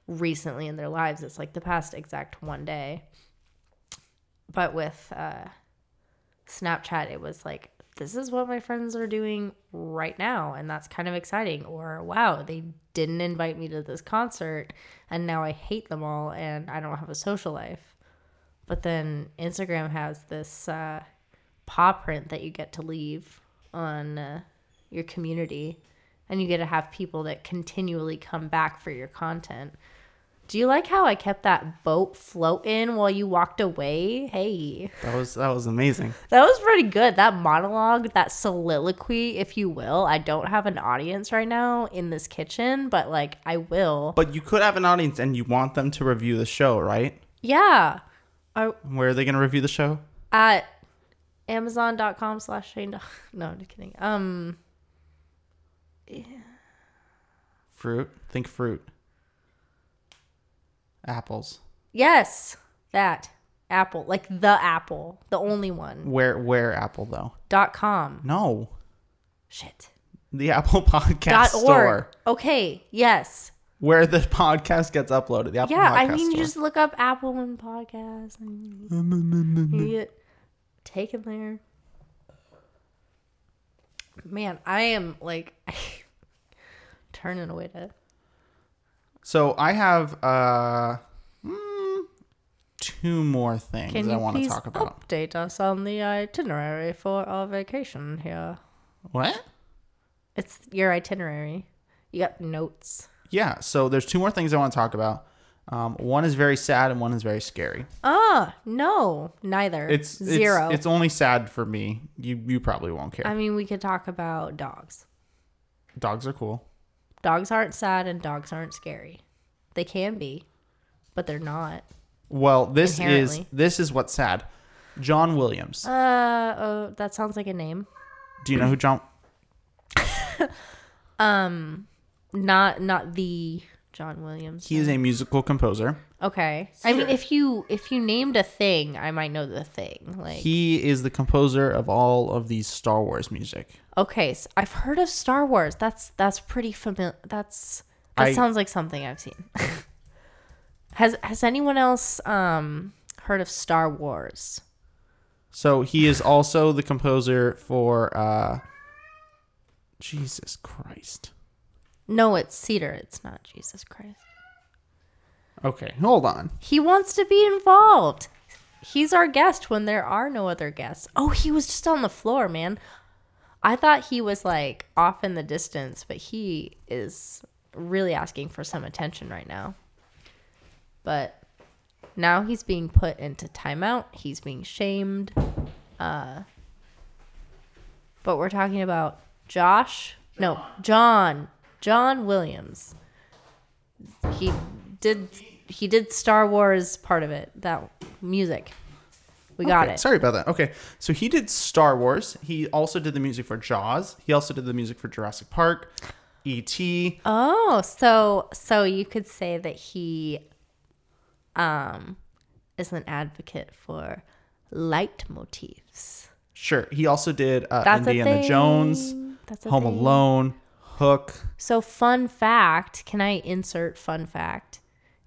S2: recently in their lives. It's like the past exact one day. But with uh, Snapchat, it was like, this is what my friends are doing right now. And that's kind of exciting. Or, wow, they didn't invite me to this concert. And now I hate them all and I don't have a social life. But then Instagram has this uh, paw print that you get to leave on uh, your community. And you get to have people that continually come back for your content. Do you like how I kept that boat floating while you walked away? Hey.
S1: That was that was amazing.
S2: That was pretty good. That monologue, that soliloquy, if you will. I don't have an audience right now in this kitchen, but like I will.
S1: But you could have an audience and you want them to review the show, right?
S2: Yeah. I,
S1: Where are they going to review the show?
S2: at amazon.com slash Shane. Dawson- [laughs] No, I'm just kidding. Um,
S1: Fruit. Think fruit. Apples.
S2: yes, that apple, like the apple, the only one
S1: Where where apple though?
S2: dot com.
S1: No.
S2: Shit.
S1: The [laughs] Apple Podcast
S2: Dot
S1: Store.
S2: org. Okay. Yes.
S1: Where the podcast gets uploaded. The Apple
S2: Yeah. I
S1: Podcast
S2: mean, you
S1: Store.
S2: just look up Apple and podcasts and
S1: Mm-hmm.
S2: you get taken there. Man, I am like [laughs] turning away to.
S1: So I have uh mm, two more things
S2: Can
S1: I
S2: you
S1: want to
S2: please
S1: talk about.
S2: update us on the itinerary for our vacation here?
S1: What?
S2: It's your itinerary. You got notes.
S1: Yeah, so there's two more things I want to talk about. Um, one is very sad and one is very scary.
S2: Ah, no, neither.
S1: It's
S2: zero.
S1: It's, it's only sad for me. You you probably won't care.
S2: I mean, we could talk about dogs.
S1: Dogs are cool.
S2: Dogs aren't sad and dogs aren't scary. They can be, but they're not.
S1: Well, this is
S2: Inherently.
S1: this is what's sad. John Williams.
S2: Uh, oh, that sounds like a name.
S1: Do you know who John?
S2: Not not the John Williams.
S1: He is a musical composer.
S2: Okay. I mean, if you if you named a thing, I might know the thing. Like,
S1: He is the composer of all of these Star Wars music.
S2: okay, so I've heard of Star Wars. That's that's pretty familiar. That's that
S1: I-
S2: sounds like something I've seen. [laughs] has has anyone else um heard of Star Wars?
S1: So he is also the composer for uh Jesus Christ.
S2: No, it's Cedar. It's not Jesus Christ.
S1: Okay, hold on.
S2: He wants to be involved. He's our guest when there are no other guests. Oh, he was just on the floor, man. I thought he was like off in the distance, but he is really asking for some attention right now. But now he's being put into timeout. He's being shamed. Uh, but we're talking about Josh. No, John. John Williams he did he did Star Wars part of it that music. We got
S1: Okay,
S2: it.
S1: Sorry about that. Okay, so he did Star Wars. He also did the music for Jaws. He also did the music for Jurassic Park, E E.T.
S2: Oh, so so you could say that he um is an advocate for light motifs.
S1: Sure. He also did uh,
S2: That's a
S1: Indiana
S2: thing.
S1: Jones,
S2: That's a
S1: Home
S2: thing.
S1: Alone, Hook.
S2: So fun fact, can I insert fun fact?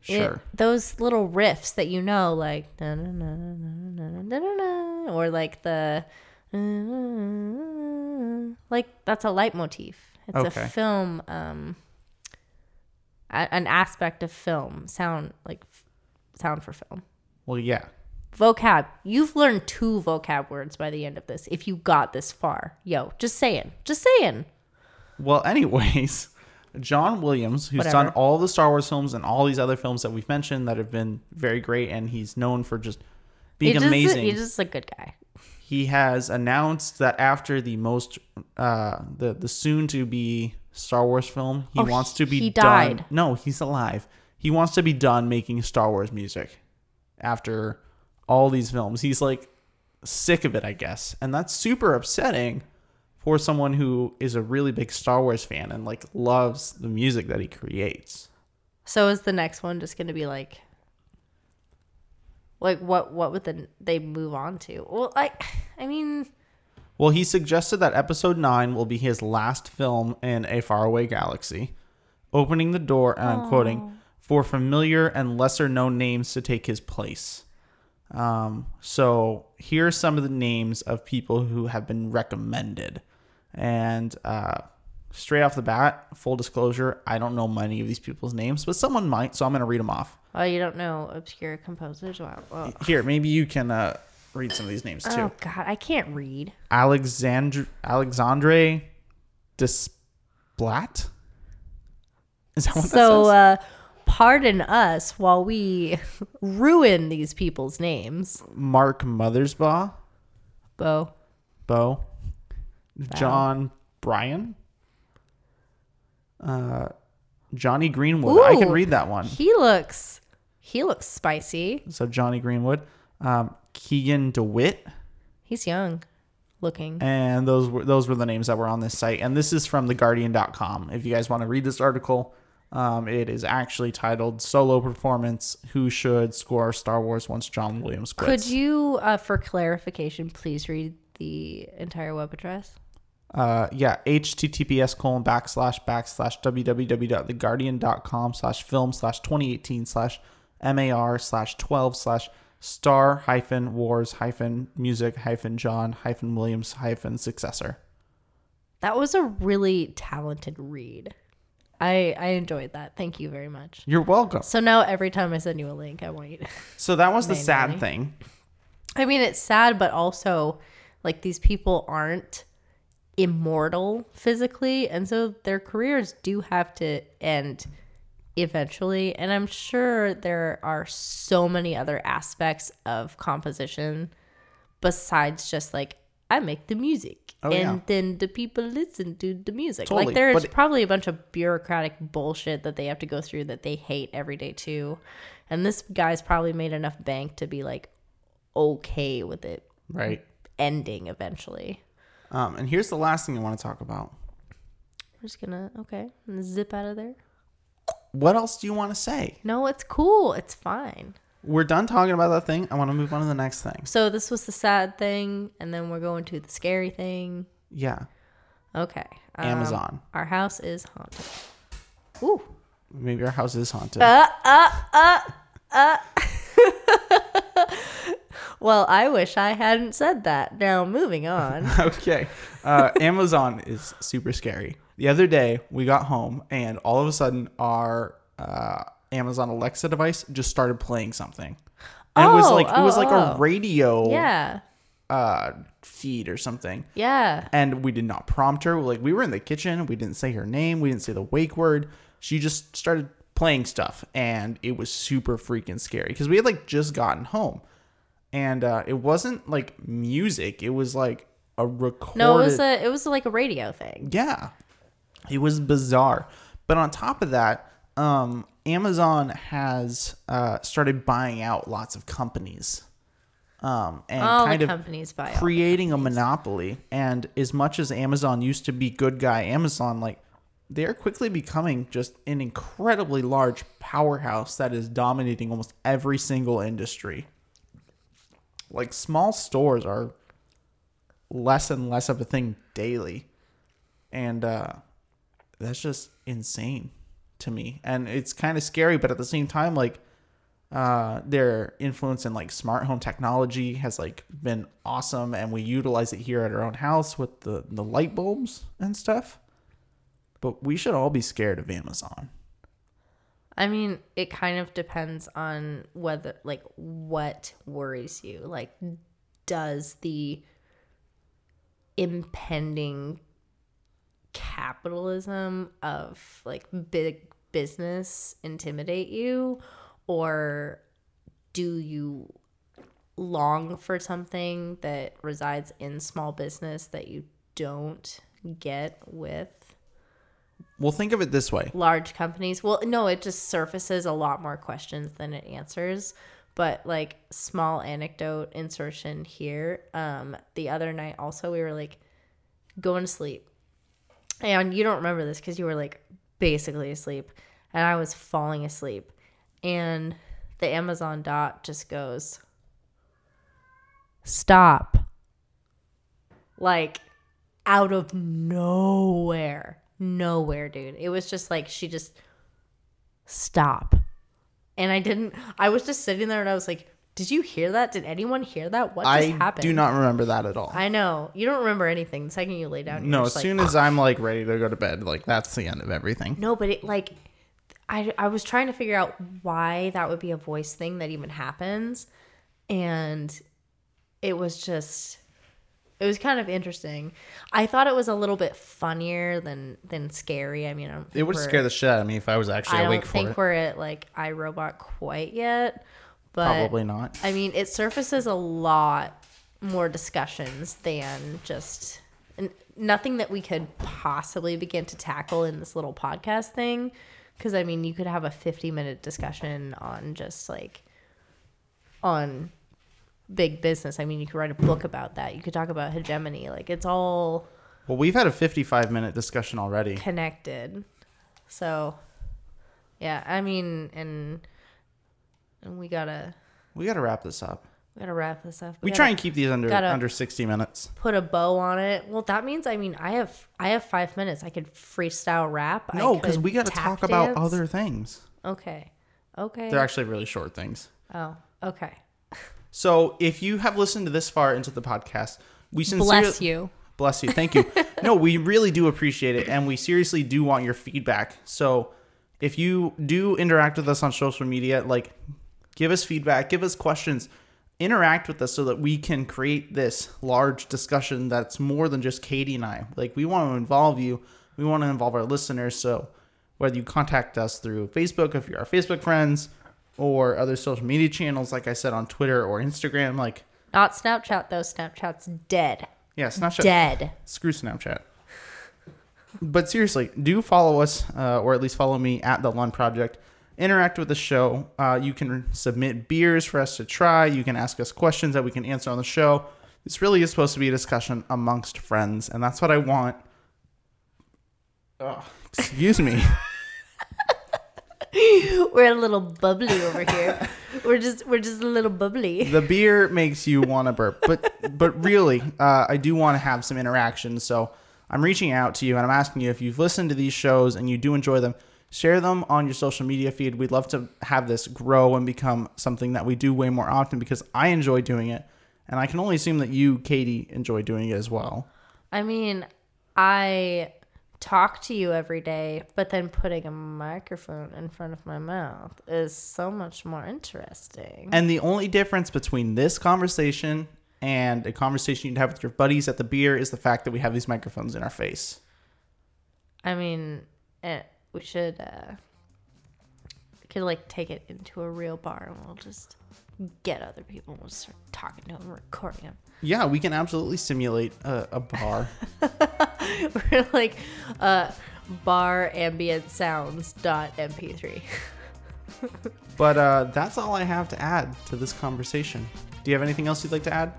S2: It-
S1: Sure.
S2: those little riffs that you know, like na na na na na na na na, or like the like that's a leitmotif. It's
S1: Okay.
S2: a film, um, a- an aspect of film, sound like f- sound for film.
S1: Well, yeah.
S2: Vocab. You've learned two vocab words by the end of this. If you got this far, yo, just saying, just saying.
S1: Well, [laughs] anyways, John Williams, who's
S2: Whatever.
S1: done all the Star Wars films and all these other films that we've mentioned that have been very great, and he's known for just being
S2: He's just-
S1: amazing.
S2: He's just a good guy.
S1: he has announced that after the most uh the the soon to be Star Wars film, he
S2: Oh,
S1: wants to be
S2: he
S1: done.
S2: died.
S1: No, he's alive. He wants to be done making Star Wars music after all these films. He's like sick of it, I guess. And that's super upsetting for someone who is a really big Star Wars fan and like loves the music that he creates.
S2: So is the next one just gonna be like, like what? What would the, they move on to? Well, I, I mean,
S1: Well, he suggested that episode 9 will be his last film in a faraway galaxy, opening the door, and I'm quoting, for familiar and lesser known names to take his place. Um, so here are some of the names of people who have been recommended. And uh, straight off the bat, full disclosure, I don't know many of these people's names, but someone might, so I'm going to read them off.
S2: oh, you don't know obscure composers. Wow. Well,
S1: Here, maybe you can uh, read some of these names too.
S2: oh God, I can't read.
S1: Alexandre Alexandre Desplat. Is that [laughs] what
S2: So,
S1: that says?
S2: uh, pardon us while we [laughs] ruin these people's names.
S1: Mark Mothersbaugh,
S2: Bo,
S1: Bo, John Bryan, uh, Johnny Greenwood. I can
S2: Ooh.
S1: read that one.
S2: he looks, he looks spicy.
S1: So Johnny Greenwood, um, Keegan Dewitt,
S2: He's young, looking.
S1: and those were those were the names that were on this site. And this is from theguardian.com. If you guys want to read this article, um, it is actually titled "Solo Performance: Who Should Score Star Wars Once John Williams Quits."
S2: Could you, uh, for clarification, please read the entire web address?
S1: uh, yeah, https colon backslash backslash www.theguardian.com slash film slash 2018 slash mar slash 12 slash star hyphen wars hyphen music hyphen John hyphen Williams hyphen successor.
S2: That was a really talented read. I I enjoyed that. Thank you very much.
S1: You're welcome.
S2: So now every time I send you a link, I want you to. [laughs]
S1: So that was the sad
S2: Manually.
S1: thing.
S2: I mean, it's sad, but also like these people aren't immortal physically, and so their careers do have to end eventually. And I'm sure there are so many other aspects of composition besides just like I make the music.
S1: Oh,
S2: and
S1: yeah.
S2: then the people listen to the music.
S1: Totally,
S2: Like there's
S1: but-
S2: probably a bunch of bureaucratic bullshit that they have to go through that they hate every day too. And this guy's probably made enough bank to be like okay with it
S1: Right.
S2: ending eventually.
S1: Um, and here's the last thing I want to talk about.
S2: We're just gonna okay zip out of there.
S1: What else do you want to say?
S2: No, it's cool. It's fine.
S1: We're done talking about that thing. I want to move on to the next thing.
S2: So this was the sad thing, and then we're going to the scary thing.
S1: Yeah.
S2: Okay. um,
S1: Amazon.
S2: Our house is haunted. Ooh.
S1: Maybe our house is haunted.
S2: Uh, uh, uh, uh. well, I wish I hadn't said that. Now,
S1: [laughs]
S2: moving on.
S1: [laughs] okay. Uh, Amazon is super scary. The other day, we got home and all of a sudden, our uh, Amazon Alexa device just started playing something. And it was
S2: Oh,
S1: like it was
S2: oh,
S1: like a
S2: oh.
S1: radio
S2: yeah.
S1: uh, feed or something.
S2: Yeah.
S1: And we did not prompt her. Like we were in the kitchen, we didn't say her name, we didn't say the wake word. She just started playing stuff, and it was super freaking scary because we had like just gotten home, and uh, it wasn't like music. It was like a recorded.
S2: No, it was a it was like a radio thing.
S1: Yeah. It was bizarre. But on top of that, um, Amazon has uh, started buying out lots of companies um, and
S2: All
S1: kind
S2: the
S1: of
S2: companies buy all.
S1: creating a monopoly. And as much as Amazon used to be good guy Amazon, like they're quickly becoming just an incredibly large powerhouse that is dominating almost every single industry. Like small stores are less and less of a thing daily. And uh, that's just insane to me. And it's kind of scary, but at the same time, like, uh, their influence in like smart home technology has like been awesome and we utilize it here at our own house with the, the light bulbs and stuff but we should all be scared of amazon
S2: I mean, it kind of depends on whether like what worries you. Like does the impending capitalism of like big business intimidate you or do you long for something that resides in small business that you don't get with
S1: well think of it this way
S2: large companies. Well, no, it just surfaces a lot more questions than it answers. But like small anecdote insertion here. Um, the other night also we were like, going to sleep. And you don't remember this because you were like basically asleep. And I was falling asleep. And the Amazon dot just goes, Stop. Like out of nowhere. Nowhere, dude. It was just like she just stop. And I didn't I was just sitting there and I was like, Did you hear that? Did anyone hear that? What just
S1: I
S2: happened?
S1: do not remember that at all.
S2: I know. You don't remember anything the second you lay down. You're
S1: no, as
S2: just like,
S1: soon as I'm like ready to go to bed, like that's the end of everything.
S2: no, but it like I I was trying to figure out why that would be a voice thing that even happens and it was just it was kind of interesting. I thought it was a little bit funnier than than scary. I mean, I don't
S1: It would scare the shit out of me if I was actually
S2: I
S1: awake
S2: don't
S1: for
S2: think
S1: it.
S2: we're at like iRobot quite yet, but
S1: Probably not.
S2: I mean, it surfaces a lot more discussions than just n- nothing that we could possibly begin to tackle in this little podcast thing. Because I mean, you could have a fifty-minute discussion on just like on big business. I mean, you could write a book about that. You could talk about hegemony. Like, it's all
S1: Well, we've had a 55 minute discussion already.
S2: connected. So, yeah, I mean, and and we gotta
S1: We got to wrap this up.
S2: we gotta wrap this up.
S1: We
S2: gotta
S1: try and keep these under
S2: gotta-
S1: under 60 minutes.
S2: put a bow on it. Well, that means I mean, I have I have five minutes. I could freestyle rap. I
S1: No, because
S2: could
S1: we got to
S2: tap
S1: talk about
S2: dance.
S1: other things.
S2: Okay, okay.
S1: They're actually really short things.
S2: oh, okay.
S1: So if you have listened to this far into the podcast, we sincerely
S2: Bless you.
S1: Bless you. Thank you. no, we really do appreciate it, and we seriously do want your feedback. So if you do interact with us on social media, like give us feedback, give us questions, interact with us so that we can create this large discussion that's more than just Katie and I. Like we want to involve you. We want to involve our listeners. So whether you contact us through Facebook, if you're our Facebook friends, or other social media channels, like I said on Twitter or Instagram, like
S2: Not Snapchat though. Snapchat's dead.
S1: yeah, Snapchat
S2: Dead. [laughs]
S1: screw Snapchat. But seriously, do follow us, uh, or at least follow me at the Lund Project. Interact with the show. Uh, you can submit beers for us to try. You can ask us questions that we can answer on the show. This really is supposed to be a discussion amongst friends, and that's what I want. Ugh, excuse me.
S2: We're a little bubbly over
S1: [laughs]
S2: here. we're just we're just a little bubbly.
S1: the beer makes you want to burp but but really uh, i do want to have some interaction so i'm reaching out to you and i'm asking you if you've listened to these shows and you do enjoy them share them on your social media feed we'd love to have this grow and become something that we do way more often because i enjoy doing it and i can only assume that you katie enjoy doing it as well
S2: I mean, I talk to you every day, but then putting a microphone in front of my mouth is so much more interesting.
S1: and the only difference between this conversation and a conversation you'd have with your buddies at the beer is the fact that we have these microphones in our face
S2: I mean, eh, we should uh we could like take it into a real bar and we'll just get other people and we'll start talking to them, recording them.
S1: yeah we can absolutely simulate a, a bar
S2: [laughs] We're like uh bar ambient sounds dot mp3.
S1: But uh, that's all I have to add to this conversation. Do you have anything else you'd like to add?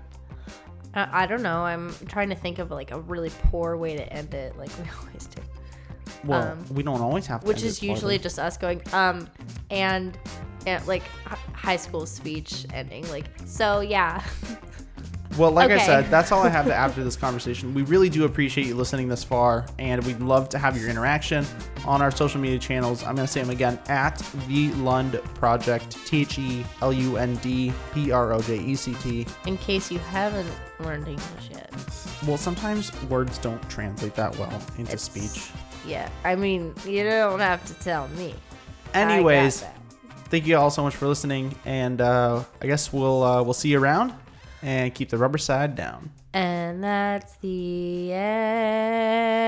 S2: I, I don't know. I'm trying to think of like a really poor way to end it, like [laughs] we always do.
S1: Well,
S2: Um,
S1: we don't always have to.
S2: which
S1: end
S2: is
S1: it poorly.
S2: usually just us going um and and like hi- high school speech ending like so yeah [laughs]
S1: Well, like I
S2: okay.
S1: said, that's all I have to
S2: [laughs]
S1: add to this conversation. We really do appreciate you listening this far, and we'd love to have your interaction on our social media channels. I'm going to say them again at the Lund Project, T H E L U N D P R O J E C T.
S2: in case you haven't learned english yet
S1: Well, sometimes words don't translate that well into speech.
S2: Yeah, I mean, you don't have to tell me. I got
S1: Anyways,
S2: that.
S1: thank you all so much for listening, and uh, I guess we'll uh, we'll see you around, and keep the rubber side down.
S2: And that's the end.